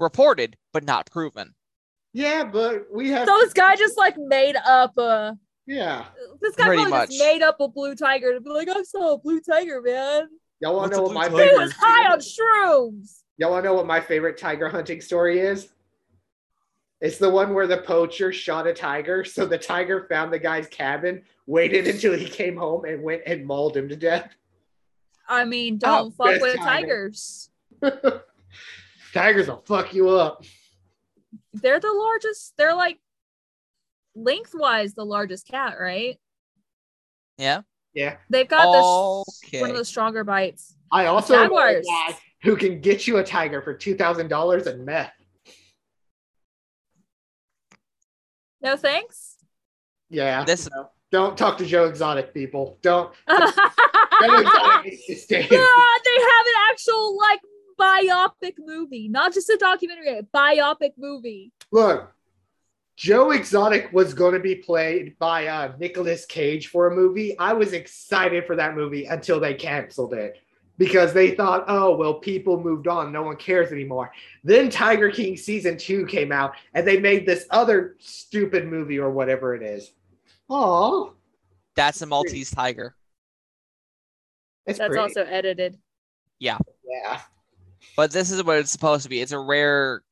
S1: reported but not proven.
S3: yeah, but we have.
S2: So this guy just like made up a.
S3: yeah.
S2: This guy
S1: Pretty
S2: probably
S1: much.
S2: just made up a blue tiger to be like, I saw a blue tiger, man.
S3: Y'all want
S1: What's
S3: to know
S1: a
S3: what
S1: blue tiger?
S3: my
S2: He
S1: Tigers.
S2: was high on shrooms.
S3: Y'all want to know what my favorite tiger hunting story is? It's the one where the poacher shot a tiger. So the tiger found the guy's cabin, waited until he came home, and went and mauled him to death.
S2: I mean,
S1: Oh,
S2: don't fuck
S3: best
S2: with
S3: tiger.
S2: tigers.
S3: Tigers will fuck you up.
S2: They're the largest. They're like lengthwise the largest cat, right?
S1: Yeah.
S3: Yeah.
S2: They've got this
S1: Okay.
S2: one of the stronger bites.
S3: I
S1: oh
S3: also know a
S2: Jaguars.
S3: guy who can get you a tiger for two thousand dollars and meth.
S2: No thanks.
S3: Yeah.
S1: This
S3: Don't talk to Joe Exotic people. Don't. Joe
S2: Ah,
S3: Exotic is disdain.
S2: they have an actual like biopic movie, not just a documentary, a biopic movie.
S3: Look, Joe Exotic was going to be played by uh, Nicolas Cage for a movie. I was excited for that movie until they canceled it because they thought, oh, well, people moved on. No one cares anymore. Then Tiger King season two came out and they made this other stupid movie or whatever it is. Oh,
S1: That's a Maltese tiger.
S3: it's
S2: That's
S3: pretty.
S2: also edited.
S3: Yeah.
S1: But this is what it's supposed to be. It's a rare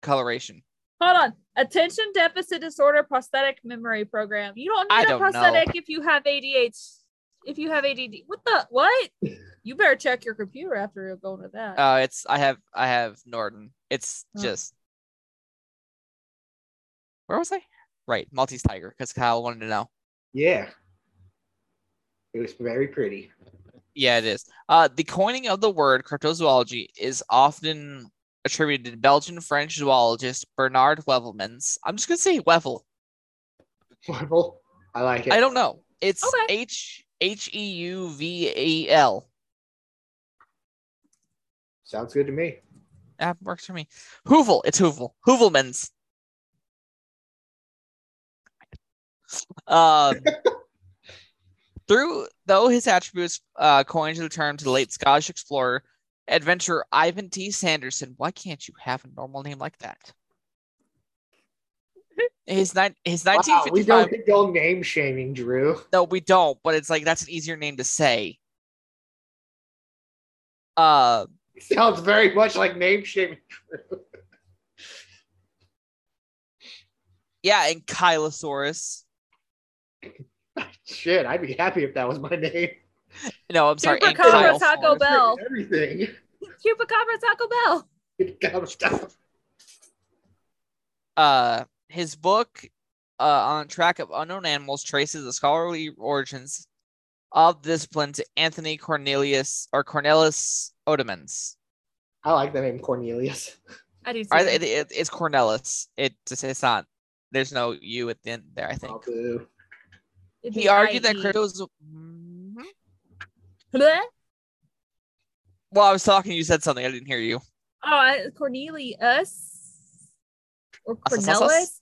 S1: coloration.
S2: Hold on. Attention deficit disorder prosthetic memory program. You don't
S1: I
S2: need a
S1: don't know.
S2: prosthetic if you have ADHD. If you have ADD. What the what? You better check your computer after you're going to that.
S1: Uh, it's I have I have Norton. It's
S2: Oh.
S1: just where was I? Right, Maltese Tiger, because Kyle wanted to know.
S3: Yeah. It was very pretty.
S1: Yeah, it is. Uh, the coining of the word cryptozoology is often attributed to Belgian French zoologist Bernard Wevelmans. I'm just gonna say Wevel.
S3: Marvel. I like it.
S1: I don't know. It's
S2: Okay.
S1: H H E U V A L.
S3: Sounds good to me.
S1: That works for me. Hoovel. It's Hoovel. Hoovelmans. Um, through though his attributes uh, coined the term to the late Scottish explorer, adventurer Ivan T. Sanderson. Why can't you have a normal name like that? His nine his nineteen
S3: Wow, we
S1: fifty
S3: don't
S1: five.
S3: condone name shaming, Drew.
S1: No, we don't. But it's like that's an easier name to say. Uh,
S3: Sounds very much like name shaming.
S1: yeah, and Kylosaurus.
S3: Shit, I'd be happy if that was my name.
S1: No, I'm sorry. and
S2: Chupacabra Taco
S1: Kylosaurus.
S2: Bell.
S3: Everything.
S2: Chupacabra Taco Bell.
S3: It comes down.
S1: uh his book uh on track of unknown animals traces the scholarly origins of the discipline to anthony cornelius or cornelis odemans
S3: I like the name Cornelius.
S2: I do. Too.
S1: I, it, it- it's cornelis it just it's not there's no u at the end there i think
S3: Oh, boo.
S2: It'd
S1: he
S2: be
S1: argued that
S2: IE.
S1: cryptos Mhm.
S2: Bleh.
S1: well i was talking you said something i didn't hear you
S2: Oh, I- Cornelius or
S1: Us, us, us, us.
S2: Cornellus.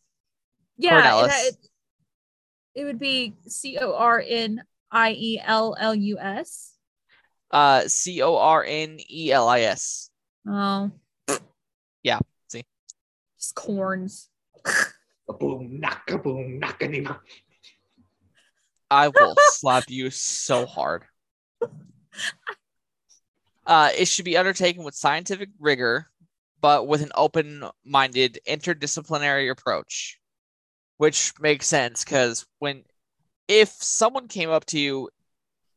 S2: Yeah, it,
S1: Cornellus.
S2: it, it would be C O R N I E L L U S.
S1: uh E c-o-r-n-e-l-i-s
S2: Oh,
S1: Yeah, see.
S2: just corns.
S3: Kaboom, knock, kaboom, knock, anima.
S1: I will slap you so hard. Uh, it should be undertaken with scientific rigor, but with an open minded interdisciplinary approach, which makes sense because when if someone came up to you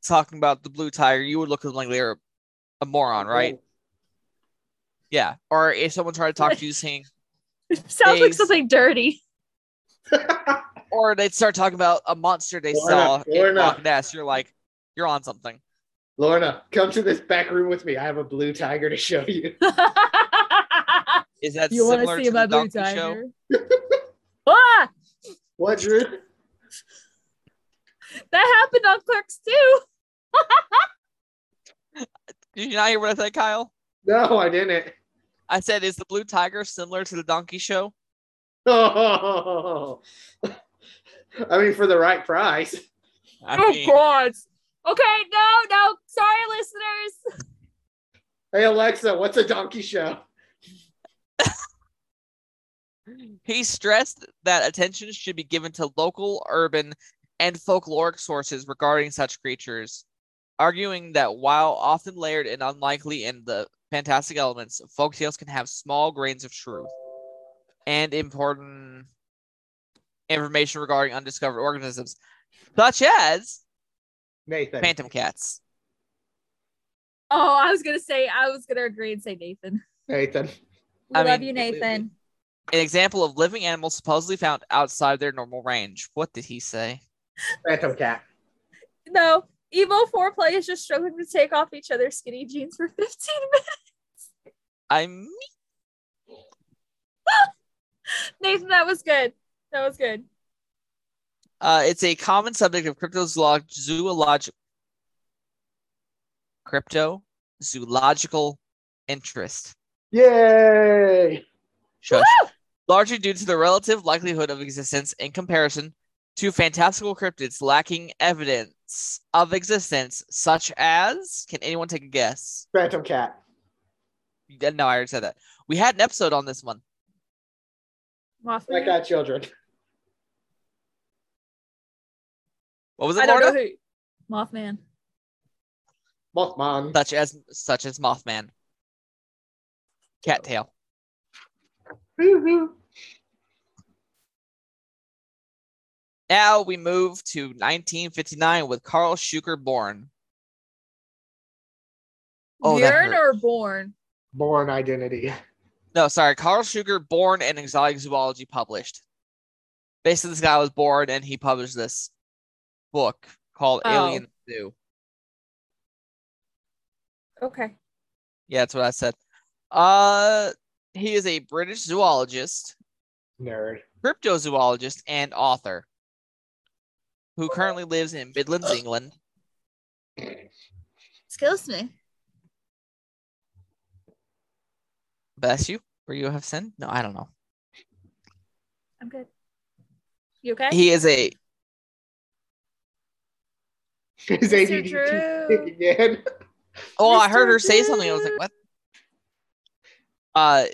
S1: talking about the blue tiger, you would look at them like they're a
S3: Oh.
S1: moron, right? Yeah. Or if someone tried to talk to you saying,
S2: It sounds like
S1: Days.
S2: something dirty.
S1: or they'd start talking about a monster they
S3: Fair
S1: saw
S3: enough, fair
S1: in
S3: enough.
S1: Loch Ness, you're like, you're on something.
S3: Lorna, come to this back room with me. I have a blue tiger to show you.
S2: you
S1: Is that
S2: want
S1: similar
S2: to see
S1: to
S2: my
S1: the
S2: blue
S1: Donkey Show?
S2: tiger? ah,
S3: What, Drew?
S2: that happened on Clerks too.
S1: Did you not hear what I said, Kyle?
S3: No, I didn't.
S1: I said, is the blue tiger similar to the donkey show?
S3: Oh, I mean, for the right price.
S1: I mean,
S2: Oh, God. Okay, no, no. Sorry, listeners.
S3: Hey, Alexa, what's a donkey show?
S1: he stressed that attention should be given to local, urban, and folkloric sources regarding such creatures, arguing that while often layered and unlikely in the fantastic elements, folktales can have small grains of truth and important information regarding undiscovered organisms, such as
S3: Nathan.
S1: phantom cats.
S2: Oh, I was gonna say I was gonna agree and say Nathan.
S3: Nathan.
S2: We
S1: I
S2: love
S1: mean,
S2: you, Nathan.
S1: an example of living animals supposedly found outside their normal range. What did he say?
S3: Phantom cat.
S2: No, evil foreplay is just struggling to take off each other's skinny jeans for 15 minutes.
S1: I mean,
S2: Nathan, that was good. That was good.
S1: uh, it's a common subject of cryptozoologic cryptozoological interest,
S3: Yay!
S1: Shush. largely due to the relative likelihood of existence in comparison to fantastical cryptids lacking evidence of existence, such as. Can anyone take a guess?
S3: Phantom cat.
S1: Yeah, No, I already said that. We had an episode on this one.
S3: Black
S2: Mafia.
S3: eyed children.
S1: What was it,
S2: I don't
S1: Lorna?
S2: know who. Mothman.
S3: Mothman.
S1: such as such as Mothman, Cattail.
S3: Woo-hoo.
S1: Now we move to 1959 with Carl Schuker born. Oh, that
S2: Yearn
S1: hurt.
S2: or born?
S3: Born Identity.
S1: No, sorry. Carl Sugar, Born and Exotic Zoology published. Basically, this guy was born and he published this book called
S2: Oh.
S1: Alien Zoo.
S2: Okay.
S1: Yeah, that's what I said. Uh, he is a British zoologist,
S3: Nerd.
S1: cryptozoologist, and author who currently lives in Midlands, England.
S2: Excuse me.
S1: Bless you. Where you have sinned? No, I don't know.
S2: I'm good. You okay?
S1: He is a
S3: Is
S2: Mr.
S3: ADD
S2: Drew.
S3: again?
S1: Oh, I heard
S2: Mr.
S1: her say something. I was like, what? Uh,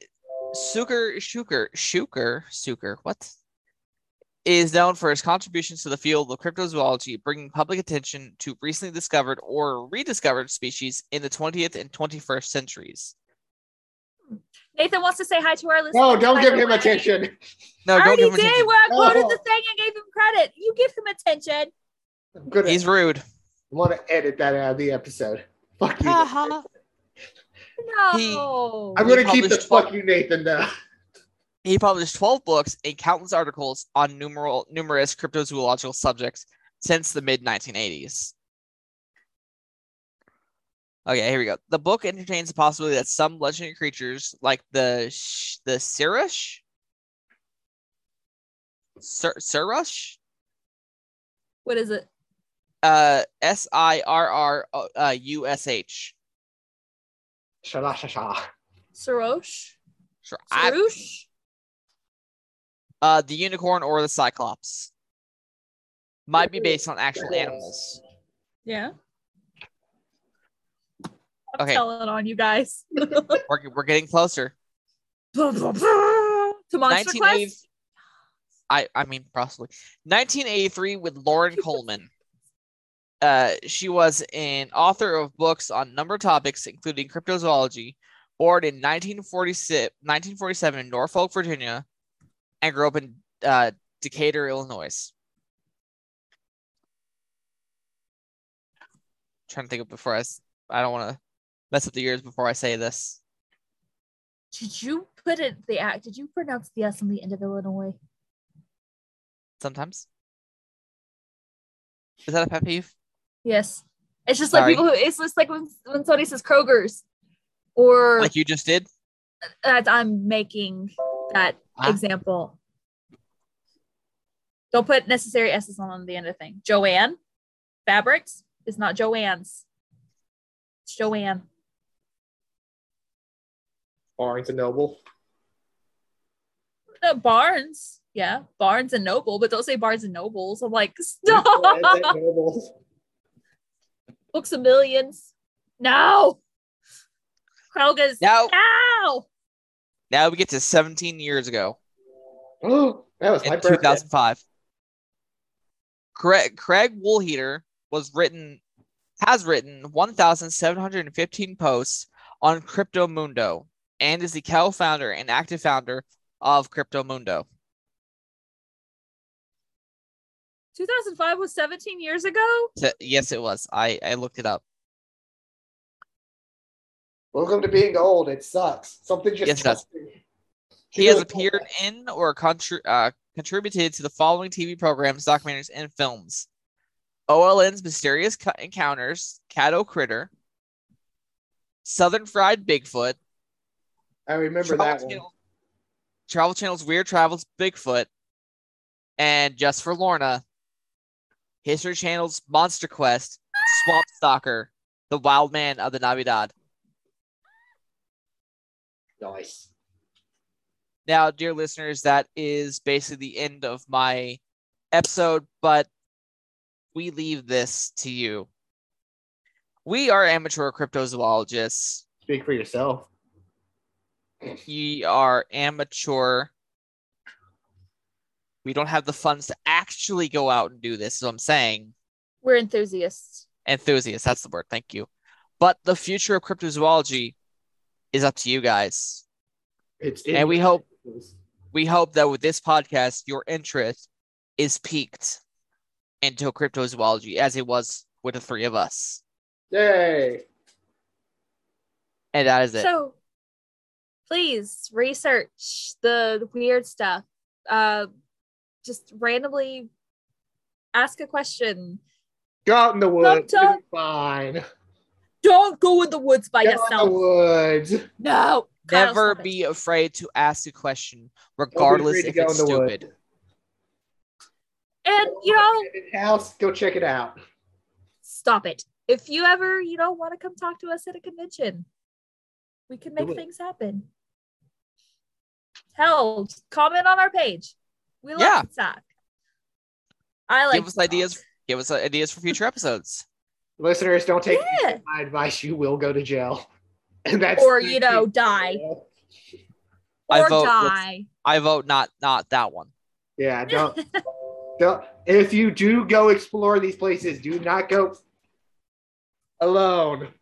S1: Suker Shuker Shuker Suker what? Is known for his contributions to the field of cryptozoology, bringing public attention to recently discovered or rediscovered species in the 20th and 21st centuries.
S2: Nathan wants to say hi to our listeners.
S3: No, don't
S2: by
S3: give
S2: the
S3: him
S2: way.
S3: attention.
S1: No,
S2: I
S1: don't
S2: already
S1: give
S2: did.
S1: him attention.
S2: When I quoted
S3: Oh.
S2: the thing, I gave him credit. You give him attention.
S3: I'm gonna
S1: He's rude.
S3: want to edit that out of the episode. Fuck you.
S2: Uh-huh.
S1: Ha
S2: No.
S3: I'm gonna keep the
S1: published
S3: fuck you, Nathan. Though.
S1: He published 12 books and countless articles on numeral, numerous cryptozoological subjects since the mid 1980s. Okay, here we go. The book entertains the possibility that some legendary creatures, like the sh- the Sirush, Sir- Sirush,
S2: What is it?
S1: uh, S I R R uh, U S H,
S3: Shala shasha.
S2: Sarosh?
S1: Sure, I-
S2: Sarosh?
S1: uh, the unicorn or the cyclops, might be based on actual animals.
S2: Yeah. I'm
S1: Okay.
S2: telling on you guys.
S1: We're, we're getting closer.
S2: to Monster
S1: 1980
S2: Quest?
S1: I I mean possibly 1983 with Lauren Coleman. Uh, she was an author of books on number of topics, including cryptozoology. Born in 1946, 1947 in Norfolk, Virginia, and grew up in uh, Decatur, Illinois. Trying to think of before I, s- I don't want to mess up the years before I say this.
S2: Did you put it the act? Did you pronounce the S on the end of Illinois?
S1: Sometimes is that a pet peeve?
S2: Yes. It's just
S1: Sorry.
S2: like people who it's just like when when somebody says Kroger's or
S1: Like you just did.
S2: that I'm making that
S1: Huh?
S2: example. Don't put necessary S's on the end of thing. Joanne Fabrics is not Joanne's. It's Joanne.
S3: Barnes and Noble.
S2: No, Uh, Barnes. Yeah, Barnes and Noble, but don't say Barnes and Nobles. I'm like, stop.
S3: Barnes and Noble.
S2: Books of Millions. No. Kroger's.
S1: Now,
S2: Ow.
S1: now we get to 17 years ago
S3: Oh, that was my
S1: in
S3: birthday.
S1: 2005. Craig, Craig Woolheater was written, has written 1,715 posts on CryptoMundo and is the co-founder and active founder of CryptoMundo.
S2: 2005 was 17 years ago.
S1: So, yes, it was. I, I looked it up.
S3: Welcome to being old. It sucks. Something just.
S1: Yes, it does.
S3: touched me.
S1: He
S3: You
S1: has
S3: know,
S1: appeared in or contri- uh, contributed to the following TV programs, documentaries, and films OLN's Mysterious Co- Encounters, Caddo Critter, Southern Fried Bigfoot,
S3: I remember that one.
S1: Channel- Travel Channel's Weird Travels Bigfoot, and Just for Lorna, History Channel's Monster Quest, Swamp Stalker, The Wild Man of the Navidad.
S3: Nice.
S1: Now, dear listeners, that is basically the end of my episode, but we leave this to you. We are amateur cryptozoologists.
S3: Speak for yourself.
S1: We are amateur. We don't have the funds to actually go out and do this, is what I'm saying.
S2: We're enthusiasts.
S1: Enthusiasts, that's the word. Thank you. But the future of cryptozoology is up to you guys.
S3: It's
S1: And we hope we hope that with this podcast, your interest is piqued into cryptozoology as it was with the three of us.
S3: Yay.
S1: And that is it.
S2: So please research the weird stuff. Uh, just randomly ask a question.
S3: Go out in the woods.
S2: Stop
S3: It's fine.
S2: Don't go in the woods by
S3: Go out in
S2: yourself.
S3: the woods.
S2: No. Kyle,
S1: Never
S2: stop it.
S1: be afraid to ask a question,
S3: Don't be
S1: regardless
S3: afraid to
S1: if
S3: go
S1: it's
S3: in the woods.
S1: stupid.
S2: And you know,
S3: House, go check it out.
S2: stop it. If you ever, you know, want to come talk to us at a convention, we can
S3: Do
S2: make
S3: it.
S2: things happen. Hell, just comment on our page. We love
S1: Yeah.
S2: to talk. I like
S1: Give us
S2: to
S1: ideas.
S2: talk.
S1: Give us ideas for future episodes.
S3: Listeners, don't take
S2: Yeah.
S3: my advice. You will go to jail. And that's
S2: Or, you know, die.
S1: I
S2: Or
S1: vote let's-
S2: die.
S1: I vote not not that one.
S3: Yeah, don't don't if you do go explore these places, do not go alone.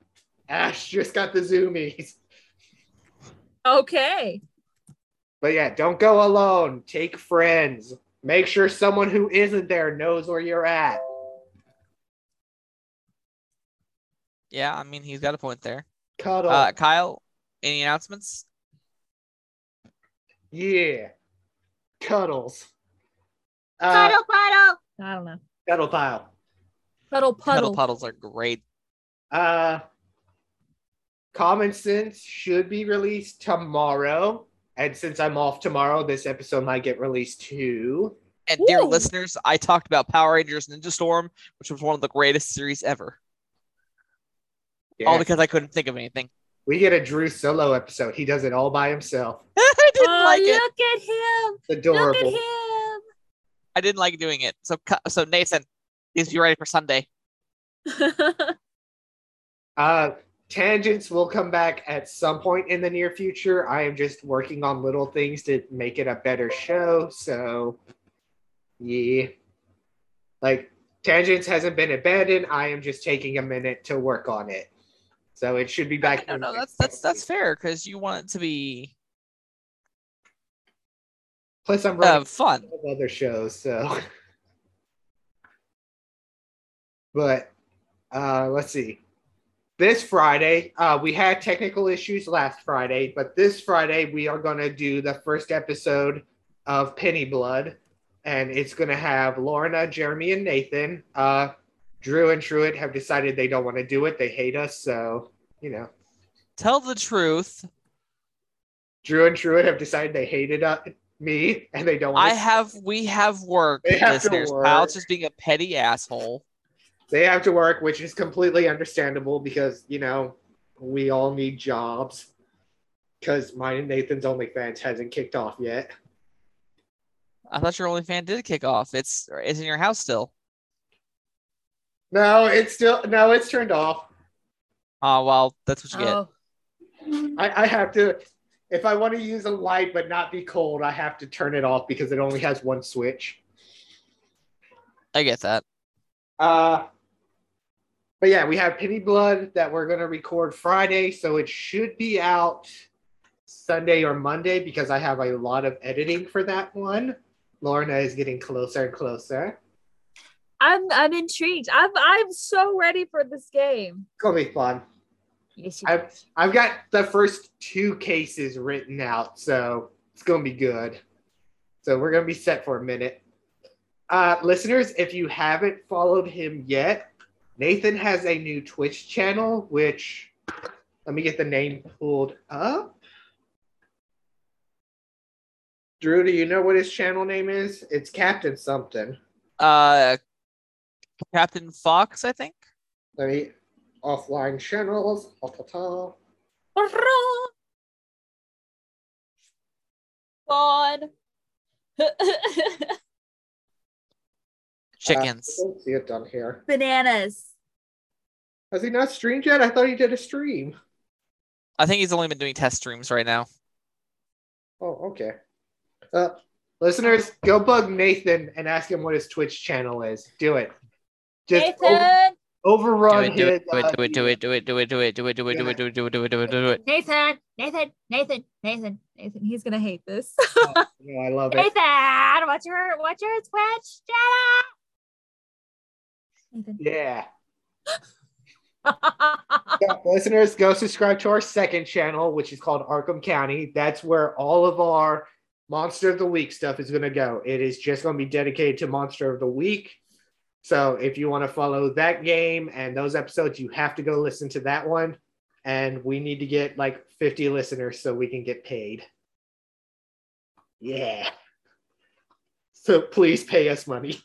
S3: Ash just got the zoomies.
S2: Okay.
S3: But yeah, don't go alone. Take friends. Make sure someone who isn't there knows where you're at.
S1: Yeah, I mean he's got a point there.
S3: Cuddle.
S1: Uh, Kyle, any announcements?
S3: yeah. Cuddles. Uh,
S2: Puddle, puddle. I don't know.
S3: cuddle pile.
S1: Puddle
S2: Puddle, puddle.
S1: puddles are great.
S3: Uh, Common Sense should be released tomorrow. And since I'm off tomorrow, this episode might get released too.
S1: And dear
S2: Ooh.
S1: listeners, I talked about Power Rangers Ninja Storm, which was one of the greatest series ever. All
S3: Yeah.
S1: because I couldn't think of anything.
S3: we get a Drew solo episode. He does it all by himself.
S1: I didn't
S2: Oh,
S1: like it.
S2: look at him. Look at
S3: Adorable.
S2: him.
S1: I didn't like doing it. So Ki- so Nathan, please be ready for Sunday.
S3: Uh, tangents will come back at some point in the near future. I am just working on little things to make it a better show. So, yeah. Like, Tangents hasn't been abandoned. I am just taking a minute to work on it. So, it should be back.
S1: No,
S3: in
S1: no,
S3: the
S1: that's
S3: next
S1: that's
S3: couple
S1: that's fair because you want it to be
S3: Plus, I'm running
S1: uh, fun.
S3: of other shows, so. But uh, let's see. This Friday, uh, we had technical issues last Friday, but this Friday we are going to do the first episode of Penny Blood, and it's going to have Lorna, Jeremy, and Nathan. Uh, Drew and Truitt have decided they don't want to do it; they hate us. So, you know,
S1: Tell the truth.
S3: Drew and Truitt have decided they hated uh, me, and they don't.
S1: I
S3: Want
S1: have we have work,
S3: They have to
S1: listeners.
S3: work.
S1: Kyle's just being a petty asshole.
S3: they have to work, which is completely understandable because you know we all need jobs. Because mine and Nathan's OnlyFans hasn't kicked off yet.
S1: I thought your OnlyFans did kick off. It's it's in your house still.
S3: No, it's still no, it's turned off.
S1: Oh well, that's what you get.
S2: oh.
S3: I, I have to, if I want to use a light but not be cold, I have to turn it off because it only has one switch.
S1: I get that.
S3: Uh, but yeah, we have Penny Blood that we're going to record Friday, so it should be out Sunday or Monday because I have a lot of editing for that one. Lorna is getting closer and closer.
S2: I'm I'm intrigued. I'm I'm so ready for this game.
S3: It's gonna be fun.
S2: Yes,
S3: I- I've got the first two cases written out, so it's gonna be good. So we're gonna be set for a minute. Uh, listeners, if you haven't followed him yet, Nathan has a new Twitch channel, which let me get the name pulled up. Drew, do you know what his channel name is? It's Captain something.
S1: Uh, Captain Fox, I think.
S3: Let me offline channels. Ta, ta, ta.
S2: God.
S1: Chickens.
S3: I don't see it done here.
S2: Bananas.
S3: Has he not streamed yet? I thought he did a stream.
S1: I think he's only been doing test streams right now.
S3: Oh, okay. Uh, listeners, go bug Nathan and ask him what his Twitch channel is. Do it. Just over-
S2: Nathan.
S1: Do
S3: overrun
S1: it, do it,
S3: his,
S1: do
S3: uh,
S1: it, do it, do it, do it, do it, do it, do it, do it, do it, do it, do it, do it, do it.
S2: Nathan. Nathan. Nathan. Nathan. Nathan. He's gonna hate this.
S3: No, I love it.
S2: Nathan, what's your what's your Twitch channel? Nathan.
S3: Yeah. Yeah, listeners, go subscribe to our second channel, which is called Arkham County. That's where all of our Monster of the Week stuff is going to go. It is just going to be dedicated to Monster of the Week. So if you want to follow that game and those episodes, you have to go listen to that one. And we need to get like 50 listeners so we can get paid. Yeah. So please pay us money.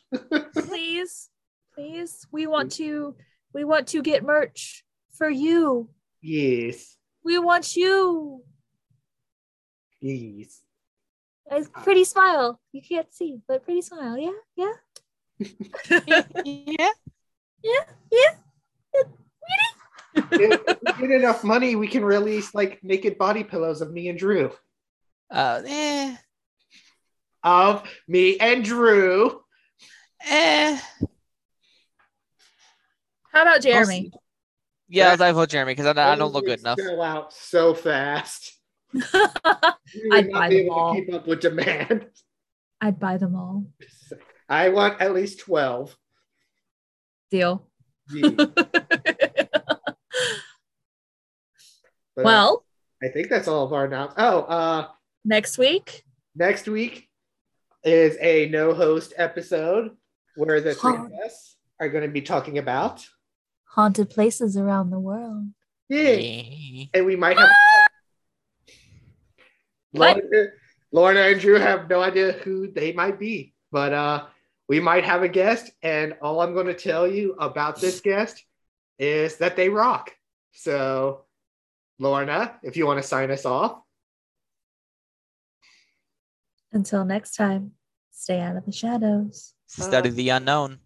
S2: please, please, we want to we want to get merch for you.
S3: Yes.
S2: We want you.
S3: Yes.
S2: A pretty smile. You can't see, but pretty smile. Yeah, yeah,
S1: yeah.
S2: yeah.
S3: if we get enough money, we can release like naked body pillows of me and Drew.
S1: Uh, eh,
S3: Of me and Drew.
S1: eh.
S2: How about Jeremy?
S1: Yeah, I vote Jeremy because I, don't- I don't look good enough.
S3: Sell out so fast. You
S2: I'd
S3: would
S2: buy
S3: not be
S2: them
S3: able
S2: all.
S3: to keep up with demand.
S2: I'd buy them all.
S3: I want at least twelve.
S2: Deal.
S3: Gee, but
S2: well,
S3: I think that's all of our announcements. Oh, uh,
S2: next week.
S3: next week is a no-host episode where the three of us are going to be talking about.
S2: Haunted places around the world.
S3: Yeah.
S1: Yeah.
S3: and we might have.
S2: What?
S3: Lorna, Lorna and Drew have no idea who they might be, but uh, we might have a guest. And all I'm going to tell you about this guest is that they rock. So, Lorna, if you want to sign us off,
S2: Until next time, stay out of the shadows.
S1: Study the unknown.